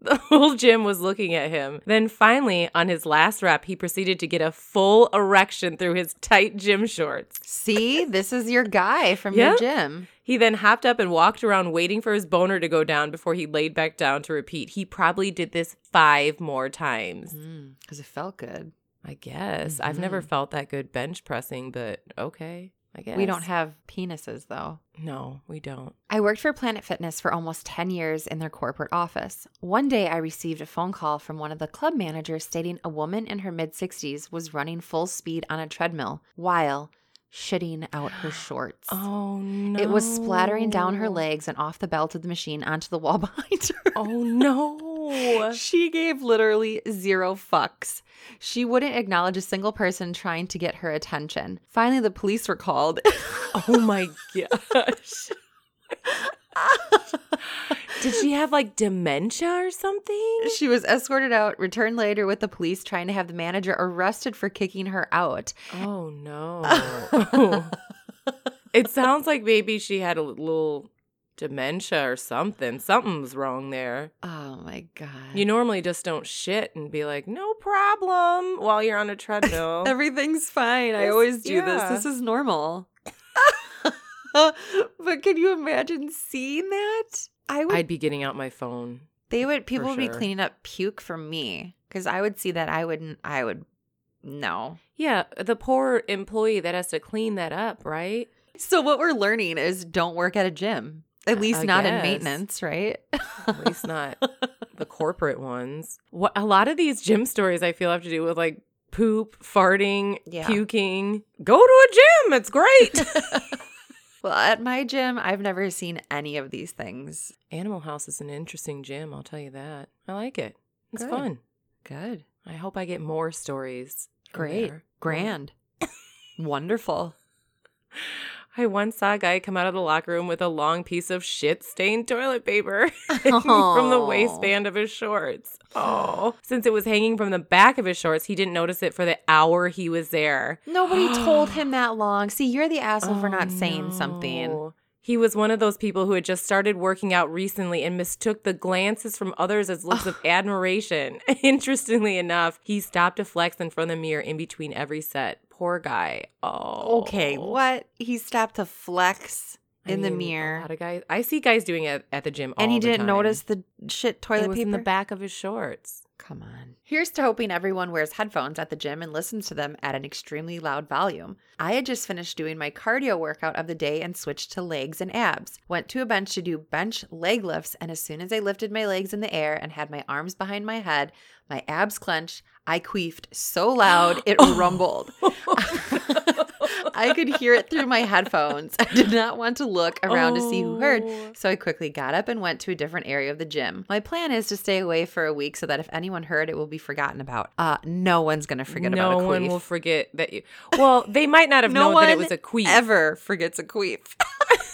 Speaker 2: The whole gym was looking at him. Then finally, on his last rep, he proceeded to get a full erection through his tight gym shorts.
Speaker 1: See, this is your guy from
Speaker 2: Yeah.
Speaker 1: your gym.
Speaker 2: He then hopped up and walked around waiting for his boner to go down before he laid back down to repeat. He probably did this five more times. Mm-hmm.
Speaker 1: Because Mm, it felt good.
Speaker 2: I guess. I've never felt that good bench pressing, but okay. I guess.
Speaker 1: We don't have penises, though.
Speaker 2: No, we don't.
Speaker 1: I worked for Planet Fitness for almost 10 years in their corporate office. One day, I received a phone call from one of the club managers stating a woman in her mid 60s was running full speed on a treadmill while shitting out her shorts.
Speaker 2: Oh, no.
Speaker 1: It was splattering down her legs and off the belt of the machine onto the wall behind her.
Speaker 2: Oh, no.
Speaker 1: She gave literally zero fucks. She wouldn't acknowledge a single person trying to get her attention. Finally, the police were called.
Speaker 2: oh, my gosh. Did she have like dementia or something?
Speaker 1: she was escorted out, returned later with the police trying to have the manager arrested for kicking her out.
Speaker 2: Oh no. it sounds like maybe she had a little dementia or something. Something's wrong there.
Speaker 1: Oh my God.
Speaker 2: You normally just don't shit and be like, no problem while you're on a treadmill.
Speaker 1: Everything's fine. I
Speaker 2: This-
Speaker 1: always do
Speaker 2: yeah.
Speaker 1: this. This is normal. but can you imagine seeing that? I would
Speaker 2: I'd be getting out my phone.
Speaker 1: They would people would be
Speaker 2: sure.
Speaker 1: cleaning up puke for me because I would see that I wouldn't. I would no.
Speaker 2: Yeah, the poor employee that has to clean that up, right?
Speaker 1: So what we're learning is don't work at a gym. At least
Speaker 2: I
Speaker 1: not in
Speaker 2: guess.
Speaker 1: maintenance, right?
Speaker 2: At least not the corporate ones. What a lot of these gym stories I feel have to do with like poop, farting,
Speaker 1: Yeah.
Speaker 2: puking. Go to a gym. It's great.
Speaker 1: well, at my gym, I've never seen any of these things.
Speaker 2: Animal House is an interesting gym, I'll tell you that. I like it. It's
Speaker 1: Good.
Speaker 2: fun.
Speaker 1: Good,
Speaker 2: I hope I get more stories. from
Speaker 1: great,
Speaker 2: there.
Speaker 1: grand, wonderful.
Speaker 2: I once saw a guy come out of the locker room with a long piece of shit stained toilet paper from the
Speaker 1: Oh.
Speaker 2: waistband of his shorts. Oh. Since it was hanging from the back of his shorts, he didn't notice it for the hour he was there.
Speaker 1: Nobody told him that long. See, you're the asshole for
Speaker 2: Oh,
Speaker 1: not saying something.
Speaker 2: no. Oh, He was one of those people who had just started working out recently and mistook the glances from others as looks of admiration. Interestingly enough, he stopped to flex in front of the mirror in between every set. Poor guy. Oh.
Speaker 1: Okay, what? He stopped to flex
Speaker 2: I
Speaker 1: in the
Speaker 2: mean, A
Speaker 1: mirror,
Speaker 2: lot of guys. I see guys doing it at the gym
Speaker 1: and he
Speaker 2: all the
Speaker 1: didn't
Speaker 2: time.
Speaker 1: notice the shit
Speaker 2: it
Speaker 1: toilet
Speaker 2: was
Speaker 1: paper
Speaker 2: in the back of his shorts.
Speaker 1: Come on. Here's to hoping everyone wears headphones at the gym and listens to them at an extremely loud volume. I had just finished doing my cardio workout of the day and switched to legs and abs. Went to a bench to do bench leg lifts, and as soon as I lifted my legs in the air and had my arms behind my head, my abs clenched. I queefed so loud it rumbled. I could hear it through my headphones. I did not want to look around to see who heard,
Speaker 2: Oh.
Speaker 1: so I quickly got up and went to a different area of the gym. My plan is to stay away for a week so that if anyone heard, it will be forgotten about. Uh, no one's gonna forget
Speaker 2: no
Speaker 1: about a
Speaker 2: one
Speaker 1: queef.
Speaker 2: will forget that you. Well, they might not have
Speaker 1: No
Speaker 2: known that it
Speaker 1: one
Speaker 2: was a queef.
Speaker 1: Ever forgets a queef.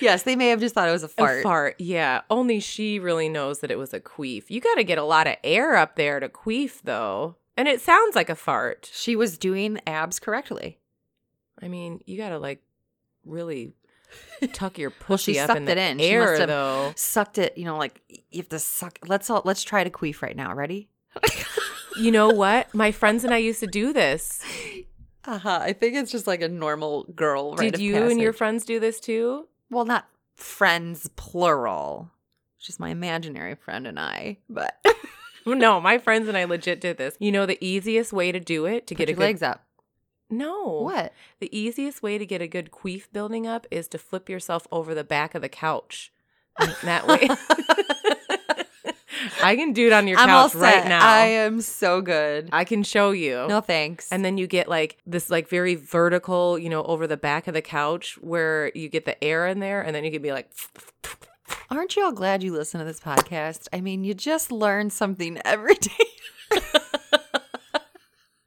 Speaker 1: yes, they may have just thought it was a fart.
Speaker 2: A fart. Yeah. Only she really knows that it was a queef. You got to get a lot of air up there to queef, though. And it sounds like a fart.
Speaker 1: She was doing abs correctly.
Speaker 2: I mean, you got to like really tuck your
Speaker 1: Well, she
Speaker 2: pussy up in
Speaker 1: sucked it
Speaker 2: the
Speaker 1: in. She
Speaker 2: air,
Speaker 1: must have-
Speaker 2: though.
Speaker 1: Sucked it, you know, like you have to suck. Let's all let's try to queef right now. Ready?
Speaker 2: You know what? My friends and I used to do this.
Speaker 1: Uh-huh. I think it's just like a normal girl. rite
Speaker 2: Did
Speaker 1: of
Speaker 2: you and your
Speaker 1: passage.
Speaker 2: friends do this too?
Speaker 1: well, not friends plural. It's Just my imaginary friend and I. But
Speaker 2: No, my friends and I legit did this. You know the easiest way to do it to
Speaker 1: put
Speaker 2: get a
Speaker 1: your
Speaker 2: good
Speaker 1: legs up.
Speaker 2: no
Speaker 1: What?
Speaker 2: the easiest way to get a good queef building up is to flip yourself over the back of the couch. And that way, I can do it on your
Speaker 1: I'm all
Speaker 2: couch right
Speaker 1: set.
Speaker 2: now.
Speaker 1: I
Speaker 2: I,
Speaker 1: am so good.
Speaker 2: can show you.
Speaker 1: no thanks.
Speaker 2: And then you get like this like very vertical, you know, over the back of the couch where you get the air in there and then you can be like
Speaker 1: Aren't you all glad you listen to this podcast? I mean, you just learn something every day.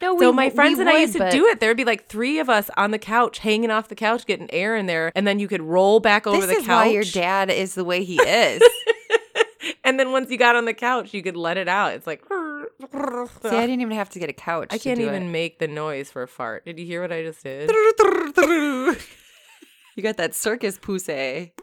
Speaker 1: no,
Speaker 2: So my friends and I used to do
Speaker 1: it.
Speaker 2: it. There'd be like three of us on the couch, hanging off the couch, getting air in there, and then you could roll back over
Speaker 1: This
Speaker 2: the
Speaker 1: is
Speaker 2: couch.
Speaker 1: why your dad is the way he is.
Speaker 2: and then once you got on the couch, you could let it out. It's like
Speaker 1: See, I didn't even have to get a couch.
Speaker 2: I
Speaker 1: to
Speaker 2: can't
Speaker 1: do
Speaker 2: even
Speaker 1: it.
Speaker 2: make the noise for a fart. Did you hear what I just did?
Speaker 1: You got that circus pussy.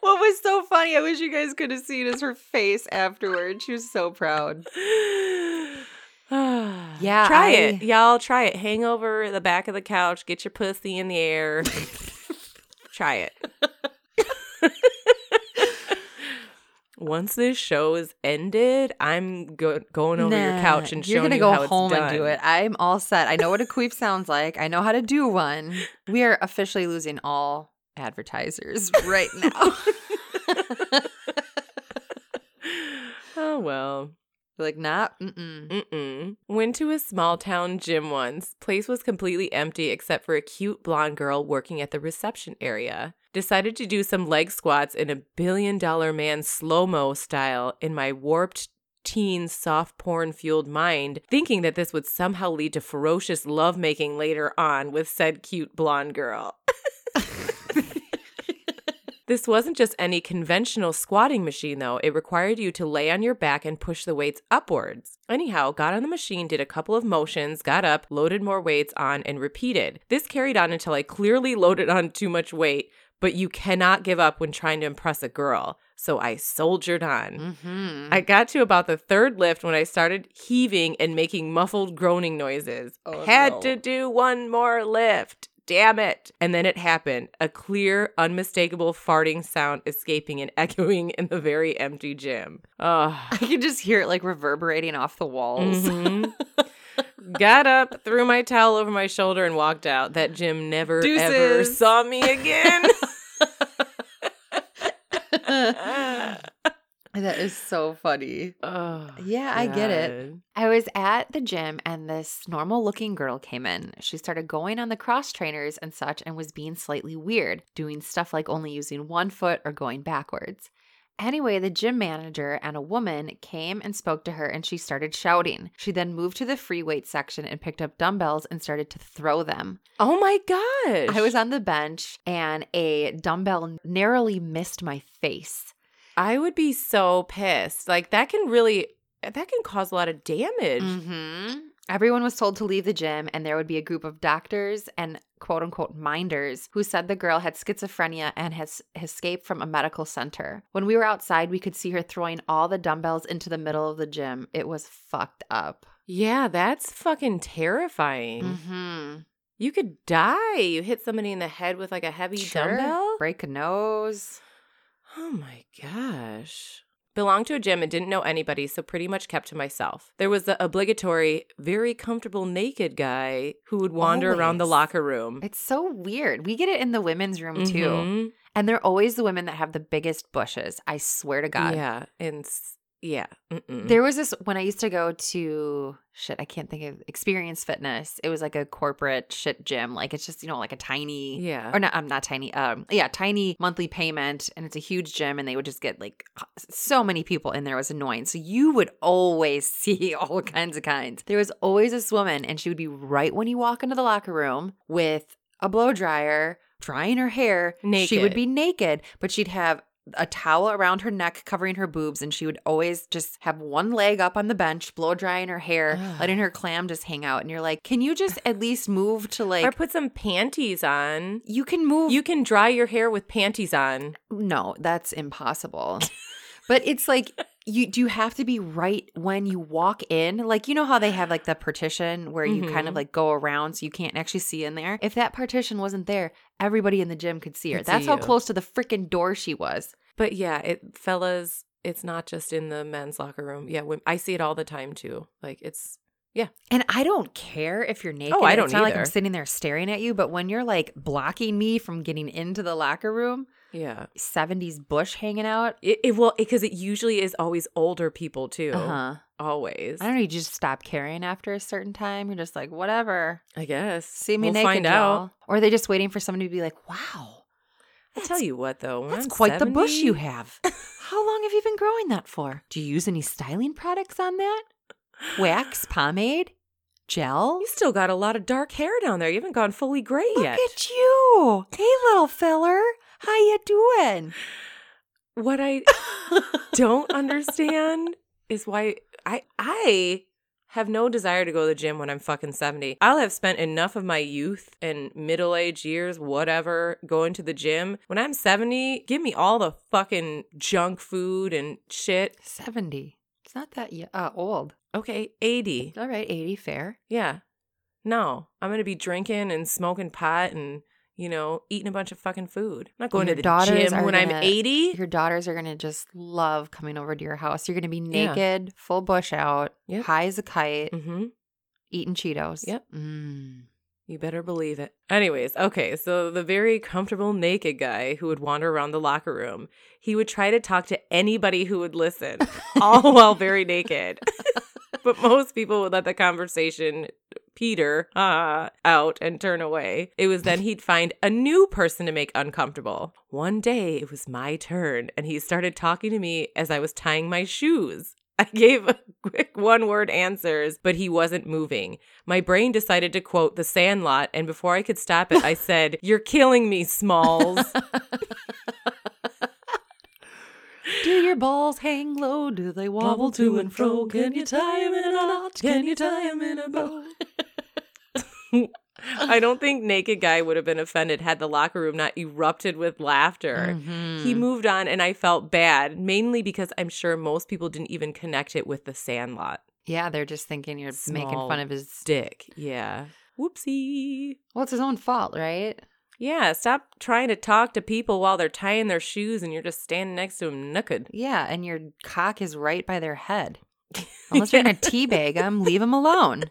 Speaker 1: what was so funny? I wish you guys could have seen is her face afterwards. She was so proud.
Speaker 2: yeah. Try it. Y'all try it. Hang over the back of the couch, get your pussy in the air. try it. Once this show is ended, I'm go- going over your
Speaker 1: Nah,
Speaker 2: couch and
Speaker 1: you're
Speaker 2: showing
Speaker 1: gonna
Speaker 2: you
Speaker 1: go
Speaker 2: how
Speaker 1: home
Speaker 2: it's done.
Speaker 1: and do it. I'm all set. I know what a queef sounds like. I know how to do one. We are officially losing all advertisers right now.
Speaker 2: Oh well.
Speaker 1: like, nah, mm-mm.
Speaker 2: Mm-mm. Went to a small town gym once. Place was completely empty except for a cute blonde girl working at the reception area. Decided to do some leg squats in a billion dollar man slow mo style in my warped teen soft porn fueled mind, thinking that this would somehow lead to ferocious lovemaking later on with said cute blonde girl. This wasn't just any conventional squatting machine, though. It required you to lay on your back and push the weights upwards. Anyhow, got on the machine, did a couple of motions, got up, loaded more weights on, and repeated. This carried on until I clearly loaded on too much weight, but you cannot give up when trying to impress a girl. So I soldiered on.
Speaker 1: Mm-hmm.
Speaker 2: I got to about the third lift when I started heaving and making muffled groaning noises.
Speaker 1: Oh,
Speaker 2: Had
Speaker 1: no.
Speaker 2: to do one more lift. Damn it. And then it happened a clear, unmistakable farting sound escaping and echoing in the very empty gym. Ugh.
Speaker 1: I can just hear it like reverberating off the walls.
Speaker 2: Mhm. Got up, threw my towel over my shoulder, and walked out. That gym never ever
Speaker 1: Deuces.
Speaker 2: saw me again. Mm-hmm.
Speaker 1: that is so funny.
Speaker 2: Oh,
Speaker 1: Yeah, I get it.
Speaker 2: God.
Speaker 1: I was at the gym and this normal looking girl came in. She started going on the cross trainers and such and was being slightly weird, doing stuff like only using one foot or going backwards. Anyway, the gym manager and a woman came and spoke to her and she started shouting. She then moved to the free weight section and picked up dumbbells and started to throw them.
Speaker 2: Oh my gosh.
Speaker 1: I was on the bench and a dumbbell narrowly missed my face.
Speaker 2: I would be so pissed. Like that can really that can cause a lot of damage.
Speaker 1: Mm-hmm. Everyone was told to leave the gym, and there would be a group of doctors and quote unquote minders who said the girl had schizophrenia and has escaped from a medical center. When we were outside, we could see her throwing all the dumbbells into the middle of the gym. It was fucked up.
Speaker 2: Yeah, that's fucking terrifying.
Speaker 1: Mm-hmm.
Speaker 2: You could die. You hit somebody in the head with like a heavy dumbbell.
Speaker 1: Break a nose.
Speaker 2: Oh my gosh. Belonged to a gym and didn't know anybody, so pretty much kept to myself. There was the obligatory, very comfortable naked guy who would wander around the
Speaker 1: Always.
Speaker 2: locker room.
Speaker 1: It's so weird. We get it in the women's room too.
Speaker 2: Mhm.
Speaker 1: And they're always the women that have the biggest bushes. I swear to God.
Speaker 2: Yeah. And s- yeah. Mm-mm.
Speaker 1: There was this when I used to go to shit, I can't think of Experience Fitness. It was like a corporate shit gym. Like it's just, you know, like a tiny
Speaker 2: yeah.
Speaker 1: or not I'm not tiny. Um yeah, tiny monthly payment and it's a huge gym and they would just get like so many people in there it was annoying. So you would always see all kinds of kinds. There was always this woman and she would be right when you walk into the locker room with a blow dryer drying her hair. She
Speaker 2: Naked.
Speaker 1: would be naked, but she'd have a towel around her neck covering her boobs and she would always just have one leg up on the bench blow drying her hair
Speaker 2: Ugh.
Speaker 1: letting her clam just hang out and you're like can you just at least move to like
Speaker 2: or put some panties on.
Speaker 1: you can move
Speaker 2: You can dry your hair with panties on.
Speaker 1: No, that's impossible. but it's like you do you have to be right when you walk in. Like you know how they have like the partition where you kind of
Speaker 2: Mhm.
Speaker 1: like go around so you can't actually see in there. If that partition wasn't there, everybody in the gym could see her.
Speaker 2: Could see
Speaker 1: that's how
Speaker 2: you.
Speaker 1: close to the freaking door she was.
Speaker 2: But yeah, it fellas, it's not just in the men's locker room. Yeah, wom- I see it all the time too. Like it's
Speaker 1: And I don't care if you're naked.
Speaker 2: Oh, I don't
Speaker 1: It's not like I'm
Speaker 2: either.
Speaker 1: sitting there staring at you, but when you're like blocking me from getting into the locker room,
Speaker 2: yeah.
Speaker 1: 70s bush hanging out.
Speaker 2: It, it will because it usually is always older people too.
Speaker 1: Uh-huh.
Speaker 2: Always.
Speaker 1: I don't know. You just stop caring after a certain time. You're just like, whatever.
Speaker 2: I guess.
Speaker 1: See me
Speaker 2: we'll
Speaker 1: naked,
Speaker 2: find out.
Speaker 1: y'all. Or are they just waiting for somebody to be like, "Wow,
Speaker 2: I tell you what though, when
Speaker 1: that's
Speaker 2: I'm
Speaker 1: quite the bush
Speaker 2: 70
Speaker 1: you have." How long have you been growing that for? Do you use any styling products on that? Wax, pomade, gel?
Speaker 2: You still got a lot of dark hair down there. You haven't gone fully gray
Speaker 1: Look
Speaker 2: yet.
Speaker 1: at you, hey little feller. How you doing?
Speaker 2: What I don't understand is why I I have no desire to go to the gym when I'm fucking 70. I'll have spent enough of my youth and middle age years, whatever, going to the gym. When I'm 70, give me all the fucking junk food and shit.
Speaker 1: Seventy. It's not that y- uh, old.
Speaker 2: Okay, 80.
Speaker 1: All right, eighty, fair.
Speaker 2: Yeah. No, I'm going to be drinking and smoking pot and, you know, eating a bunch of fucking food. I'm not going
Speaker 1: Your
Speaker 2: to the
Speaker 1: daughters
Speaker 2: gym
Speaker 1: are
Speaker 2: when I'm
Speaker 1: gonna-
Speaker 2: 80.
Speaker 1: Your daughters are gonna just love coming over to your house. You're gonna be
Speaker 2: Yeah.
Speaker 1: naked, full bush out,
Speaker 2: Yep.
Speaker 1: high as a kite,
Speaker 2: Mm-hmm.
Speaker 1: eating Cheetos.
Speaker 2: Yep.
Speaker 1: Mm.
Speaker 2: You better believe it. Anyways, okay, so the very comfortable naked guy who would wander around the locker room, he would try to talk to anybody who would listen, all while very naked. but most people would let the conversation peter uh, out and turn away. It was then he'd find a new person to make uncomfortable. One day it was my turn, and he started talking to me as I was tying my shoes. I gave a quick one word answers, but he wasn't moving. My brain decided to quote The Sandlot, and before I could stop it, I said, You're killing me, Smalls.
Speaker 1: Do your balls hang low? Do they wobble to and fro? Can you tie 'em in a knot? Can you tie 'em in a bow?
Speaker 2: I don't think Naked Guy would have been offended had the locker room not erupted with laughter. He
Speaker 1: He-
Speaker 2: moved on, and I felt bad, mainly because I'm sure most people didn't even connect it with The Sandlot.
Speaker 1: yeah, they're just thinking you're making
Speaker 2: Small
Speaker 1: fun of his.
Speaker 2: Dick. Yeah. Whoopsie.
Speaker 1: Well, it's his own fault, right?
Speaker 2: Yeah, stop trying to talk to people while they're tying their shoes and you're just standing next to them naked.
Speaker 1: Yeah, and your cock is right by their head. Unless you're gonna teabag them, leave them alone.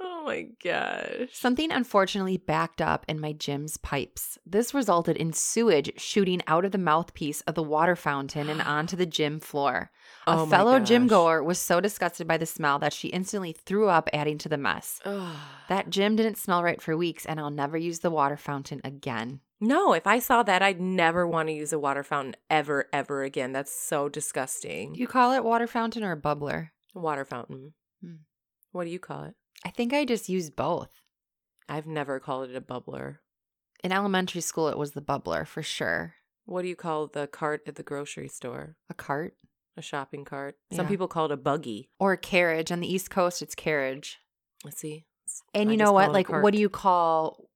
Speaker 2: Oh my gosh.
Speaker 1: Something unfortunately backed up in my gym's pipes. This resulted in sewage shooting out of the mouthpiece of the water fountain and onto the gym floor. A
Speaker 2: Oh my
Speaker 1: fellow gym
Speaker 2: gosh.
Speaker 1: goer was so disgusted by the smell that she instantly threw up, adding to the mess. That gym didn't smell right for weeks, and I'll never use the water fountain again.
Speaker 2: No, if I saw that, I'd never want to use a water fountain ever, ever again. That's so disgusting.
Speaker 1: You call it water fountain or bubbler?
Speaker 2: water fountain.
Speaker 1: Hmm.
Speaker 2: What do you call it?
Speaker 1: I think I just use both.
Speaker 2: I've never called it a bubbler.
Speaker 1: In elementary school, it was the bubbler for sure.
Speaker 2: What do you call the cart at the grocery store?
Speaker 1: A cart
Speaker 2: A shopping cart. Some
Speaker 1: Yeah.
Speaker 2: people call it a buggy.
Speaker 1: or a carriage. On the East Coast, it's carriage.
Speaker 2: Let's see.
Speaker 1: And
Speaker 2: I
Speaker 1: you
Speaker 2: just
Speaker 1: know
Speaker 2: call it
Speaker 1: what?
Speaker 2: a
Speaker 1: Like,
Speaker 2: cart.
Speaker 1: what do you call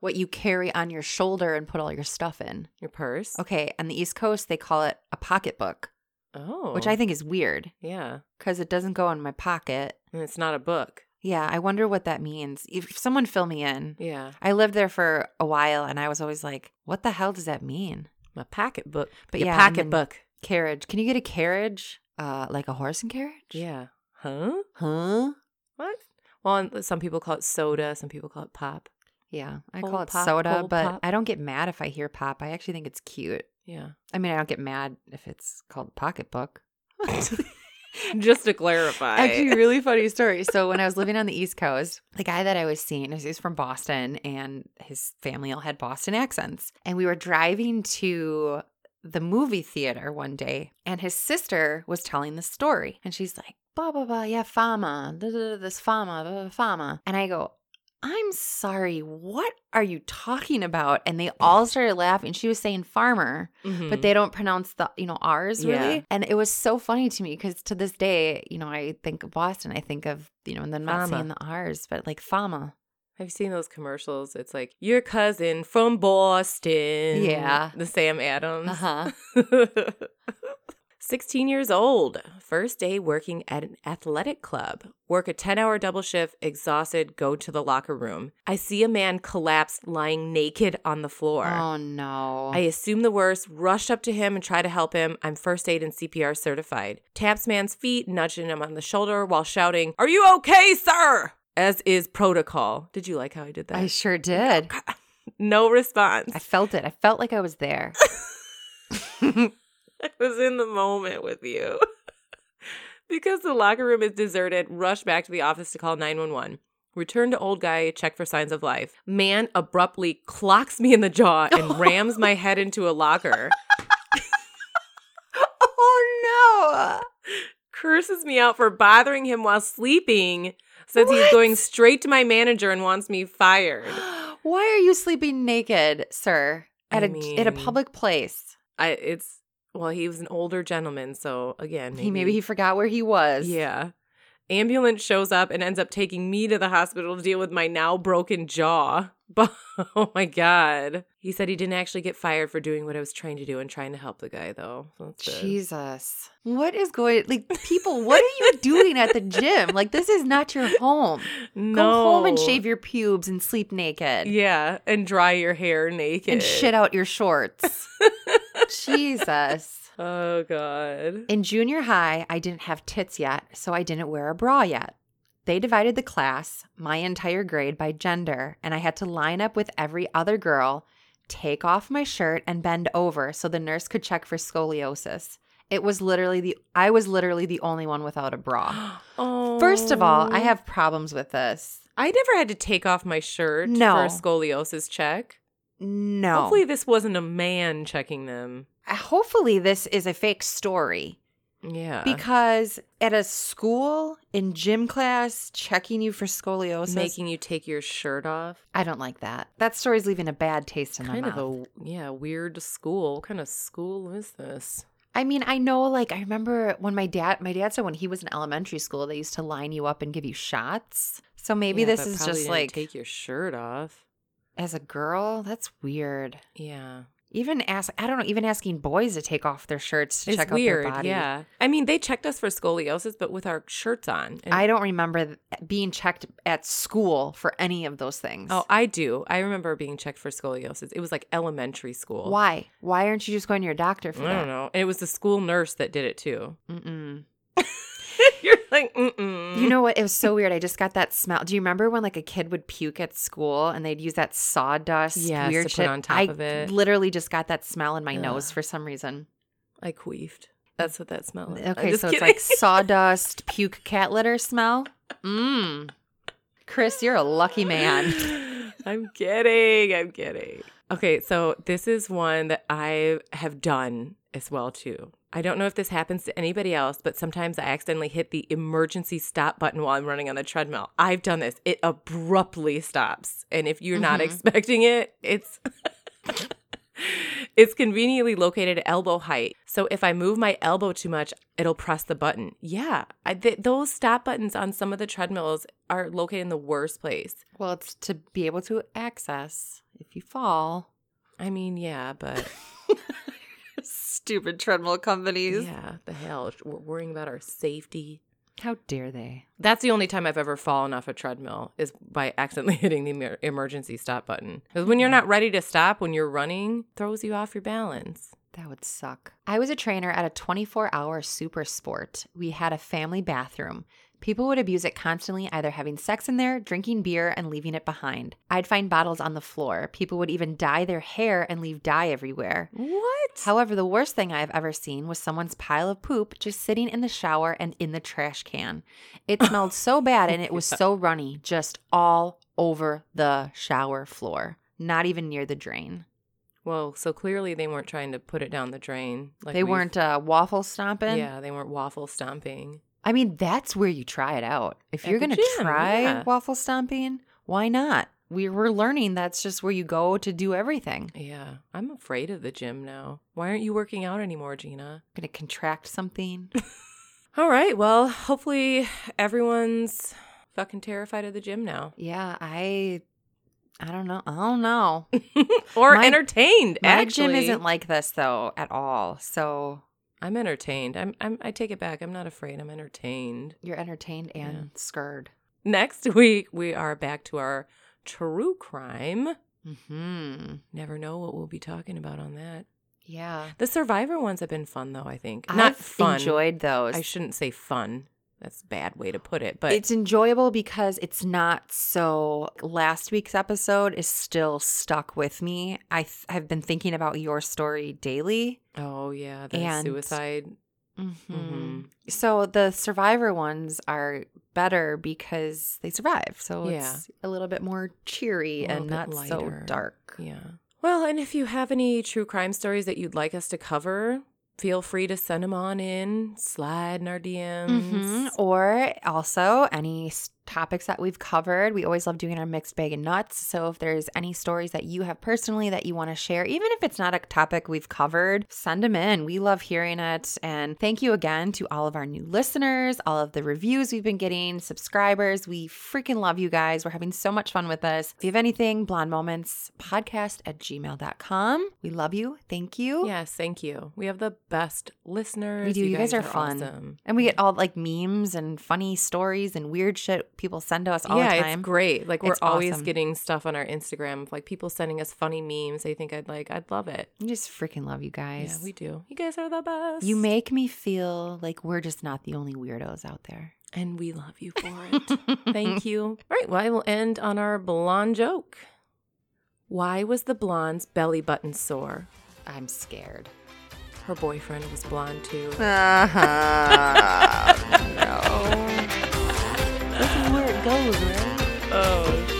Speaker 1: what you carry on your shoulder and put all your stuff in?
Speaker 2: Your purse.
Speaker 1: Okay, on the East Coast, they call it a pocketbook,
Speaker 2: Oh.
Speaker 1: which I think is weird
Speaker 2: Yeah.
Speaker 1: because it doesn't go in my pocket.
Speaker 2: And it's not a book.
Speaker 1: Yeah, I wonder what that means. If someone fill me in,
Speaker 2: Yeah.
Speaker 1: I lived there for a while and I was always like, what the hell does that mean?
Speaker 2: My pocketbook.
Speaker 1: But
Speaker 2: Your
Speaker 1: yeah, and then-
Speaker 2: pocketbook.
Speaker 1: Carriage. Can you get a carriage? Uh, like a horse and carriage?
Speaker 2: Yeah. Huh?
Speaker 1: Huh?
Speaker 2: What? Well, and some people call it soda. Some people call it pop.
Speaker 1: Yeah. I
Speaker 2: Whole
Speaker 1: call it
Speaker 2: pop,
Speaker 1: soda,
Speaker 2: whole
Speaker 1: but
Speaker 2: pop.
Speaker 1: I don't get mad if I hear pop. I actually think it's cute.
Speaker 2: Yeah.
Speaker 1: I mean, I don't get mad if it's called pocketbook.
Speaker 2: Just to clarify.
Speaker 1: Actually, really funny story. So when I was living on the East Coast, the guy that I was seeing, he was from Boston, and his family all had Boston accents. And we were driving to the movie theater one day, and his sister was telling the story, and she's like, "Blah blah blah, yeah, fama, da, da, da, this fama, blah, blah, fama," and I go. I'm sorry, what are you talking about? And they all started laughing. She was saying farmer
Speaker 2: Mhm.
Speaker 1: but they don't pronounce the you know r's really
Speaker 2: Yeah.
Speaker 1: and it was so funny to me because to this day you know i think of boston i think of you know and then not
Speaker 2: Fama.
Speaker 1: saying the r's but like fama
Speaker 2: Have you seen those commercials? It's like your cousin from Boston.
Speaker 1: Yeah.
Speaker 2: The Sam Adams.
Speaker 1: uh-huh
Speaker 2: 16 years old, first day working at an athletic club. Work a 10 hour double shift, exhausted, go to the locker room. I see a man collapsed, lying naked on the floor.
Speaker 1: oh no
Speaker 2: I assume the worst, rush up to him and try to help him. I'm first aid and CPR certified. Taps man's feet, nudging him on the shoulder while shouting, Are you okay, sir? As is protocol. Did you like how I did that?
Speaker 1: I sure did
Speaker 2: no response.
Speaker 1: i felt it i felt like i was there
Speaker 2: I was in the moment with you. because the locker room is deserted, rush back to the office to call 911. Return to old guy, check for signs of life. Man abruptly clocks me in the jaw and rams my head into a locker.
Speaker 1: oh
Speaker 2: curses me out for bothering him while sleeping, says he's
Speaker 1: What?
Speaker 2: going straight to my manager and wants me fired.
Speaker 1: why are you sleeping naked sir at
Speaker 2: I
Speaker 1: a at a
Speaker 2: mean,
Speaker 1: public place
Speaker 2: I it's well, he was an older gentleman, so again, maybe
Speaker 1: he maybe he forgot where he was
Speaker 2: Yeah. Ambulance shows up and ends up taking me to the hospital to deal with my now broken jaw. But oh my god. He said he didn't actually get fired for doing what I was trying to do and trying to help the guy though. So that's good.
Speaker 1: Jesus. What is going like people, what are you doing at the gym? Like this is not your home.
Speaker 2: No.
Speaker 1: Go home and shave your pubes and sleep naked.
Speaker 2: Yeah, and dry your hair naked.
Speaker 1: And shit out your shorts. Jesus.
Speaker 2: Oh god.
Speaker 1: In junior high, I didn't have tits yet, so I didn't wear a bra yet. They divided the class, my entire grade, by gender, and I had to line up with every other girl, take off my shirt, and bend over so the nurse could check for scoliosis. It was literally the I was literally the only one without a bra.
Speaker 2: oh.
Speaker 1: First of all, I have problems with this.
Speaker 2: I never had to take off my shirt
Speaker 1: No.
Speaker 2: for a scoliosis check.
Speaker 1: No.
Speaker 2: Hopefully, this wasn't a man checking them.
Speaker 1: hopefully this is a fake story.
Speaker 2: Yeah.
Speaker 1: Because at a school in gym class, checking you for scoliosis,
Speaker 2: making you take your shirt off.
Speaker 1: I don't like that. That story's leaving a bad taste in
Speaker 2: Kind
Speaker 1: my
Speaker 2: of
Speaker 1: mouth.
Speaker 2: a yeah weird school. What kind of school is this?
Speaker 1: I mean, I know, like, I remember when my dad, my dad said when he was in elementary school, they used to line you up and give you shots. So maybe
Speaker 2: Yeah,
Speaker 1: this
Speaker 2: but
Speaker 1: is
Speaker 2: probably
Speaker 1: just
Speaker 2: didn't
Speaker 1: like,
Speaker 2: take your shirt off.
Speaker 1: as a girl, that's weird.
Speaker 2: Yeah,
Speaker 1: Even ask, I don't know, even asking boys to take off their shirts to
Speaker 2: it's
Speaker 1: check
Speaker 2: weird.
Speaker 1: out their body.
Speaker 2: Yeah, I mean they checked us for scoliosis, but with our shirts on. And-
Speaker 1: I don't remember th- being checked at school for any of those things.
Speaker 2: oh, I do. I remember being checked for scoliosis. It was like elementary school.
Speaker 1: why? Why aren't you just going to your doctor for
Speaker 2: I don't
Speaker 1: that?
Speaker 2: know. And it was the school nurse that did it too.
Speaker 1: Mm-mm.
Speaker 2: You're like, mm-mm.
Speaker 1: You know what? It was so weird. I just got that smell. Do you remember when like a kid would puke at school and they'd use that sawdust
Speaker 2: Yes,
Speaker 1: weird
Speaker 2: to put
Speaker 1: shit?
Speaker 2: on top
Speaker 1: I
Speaker 2: of it.
Speaker 1: literally just got that smell in my
Speaker 2: Ugh.
Speaker 1: nose for some reason.
Speaker 2: I queefed. That's what that smell is. I'm
Speaker 1: Mm, Okay,
Speaker 2: just
Speaker 1: so it's
Speaker 2: kidding.
Speaker 1: like sawdust, puke, cat litter smell. Mmm. Chris, you're a lucky man.
Speaker 2: I'm kidding. I'm kidding. Okay, so this is one that I have done as well too. I don't know if this happens to anybody else, but sometimes I accidentally hit the emergency stop button while I'm running on the treadmill. I've done this. It abruptly stops. And if you're not
Speaker 1: Mhm.
Speaker 2: expecting it, it's It's conveniently located at elbow height. So if I move my elbow too much, it'll press the button. Yeah, I, th- those stop buttons on some of the treadmills are located in the worst place.
Speaker 1: Well, it's to be able to access if you fall.
Speaker 2: I mean, yeah, but
Speaker 1: Stupid treadmill companies.
Speaker 2: yeah, the hell. We're worrying about our safety.
Speaker 1: How dare they?
Speaker 2: That's the only time I've ever fallen off a treadmill is by accidentally hitting the emer- emergency stop button. Because when you're not ready to stop when you're running, throws you off your balance.
Speaker 1: That would suck. I was a trainer at a 24 hour super sport. We had a family bathroom. People would abuse it constantly, either having sex in there, drinking beer, and leaving it behind. I'd find bottles on the floor. People would even dye their hair and leave dye everywhere.
Speaker 2: What?
Speaker 1: However, the worst thing I've ever seen was someone's pile of poop just sitting in the shower and in the trash can. It smelled so bad and it was so runny, just all over the shower floor, not even near the drain.
Speaker 2: Well, so clearly they weren't trying to put it down the drain. Like
Speaker 1: they
Speaker 2: we've-
Speaker 1: weren't uh, waffle stomping.
Speaker 2: Yeah, they weren't waffle stomping.
Speaker 1: I mean, that's where you try it out. If
Speaker 2: At
Speaker 1: you're
Speaker 2: the
Speaker 1: going to
Speaker 2: gym,
Speaker 1: try
Speaker 2: yeah.
Speaker 1: waffle stomping, why not? We were learning that's just where you go to do everything.
Speaker 2: Yeah, I'm afraid of the gym now. Why aren't you working out anymore, Gina?
Speaker 1: going to contract something.
Speaker 2: All right, well, hopefully everyone's fucking terrified of the gym now.
Speaker 1: yeah, I I don't know. I don't know.
Speaker 2: or
Speaker 1: My-
Speaker 2: entertained,
Speaker 1: My
Speaker 2: actually.
Speaker 1: gym isn't like this though at all. So
Speaker 2: I'm entertained. I'm, I'm I take it back. I'm not afraid. I'm entertained.
Speaker 1: you're entertained and
Speaker 2: Yeah.
Speaker 1: scared.
Speaker 2: Next week we are back to our true crime.
Speaker 1: Hmm.
Speaker 2: Never know what we'll be talking about on that.
Speaker 1: Yeah.
Speaker 2: The survivor ones have been fun though, I think.
Speaker 1: I've
Speaker 2: Not fun.
Speaker 1: enjoyed those.
Speaker 2: I shouldn't say fun. That's a bad way to put it, but
Speaker 1: it's enjoyable because it's not so last week's episode is still stuck with me i th- have been thinking about your story daily
Speaker 2: oh yeah, the
Speaker 1: And- Hmm.
Speaker 2: suicide. Mhm.
Speaker 1: Mm-hmm. so the survivor ones are better because they survive so it's a little bit more cheery
Speaker 2: A little
Speaker 1: and
Speaker 2: bit
Speaker 1: not so
Speaker 2: lighter.
Speaker 1: dark
Speaker 2: Yeah. Well, and if you have any true crime stories that you'd like us to cover, feel free to send them on in, slide in our DMs.
Speaker 1: Mhm. Or also any s- topics that we've covered. We always love doing our mixed bag and nuts. So if there's any stories that you have personally that you want to share, even if it's not a topic we've covered, send them in. We love hearing it. And thank you again to all of our new listeners, all of the reviews we've been getting, subscribers. We freaking love you guys. We're having so much fun with this. If you have anything, blonde moments podcast at gmail.com. We love you. Thank you.
Speaker 2: Yes, thank you. We have the best listeners.
Speaker 1: We do. You guys are fun.
Speaker 2: awesome.
Speaker 1: And we get all like memes and funny stories and weird shit people send to us all
Speaker 2: yeah,
Speaker 1: the time.
Speaker 2: it's great. Like we're
Speaker 1: It's
Speaker 2: always
Speaker 1: awesome.
Speaker 2: getting stuff on our Instagram, of, like people sending us funny memes. They think I'd like. I'd love it.
Speaker 1: I just freaking love you guys.
Speaker 2: Yeah, we do. You guys are the best.
Speaker 1: you make me feel like we're just not the only weirdos out there.
Speaker 2: and we love you for it. Thank you. All right. Well, I will end on our blonde joke. Why was the blonde's belly button sore?
Speaker 1: I'm scared.
Speaker 2: Her boyfriend was blonde too.
Speaker 1: This is where it goes, right?
Speaker 2: Oh.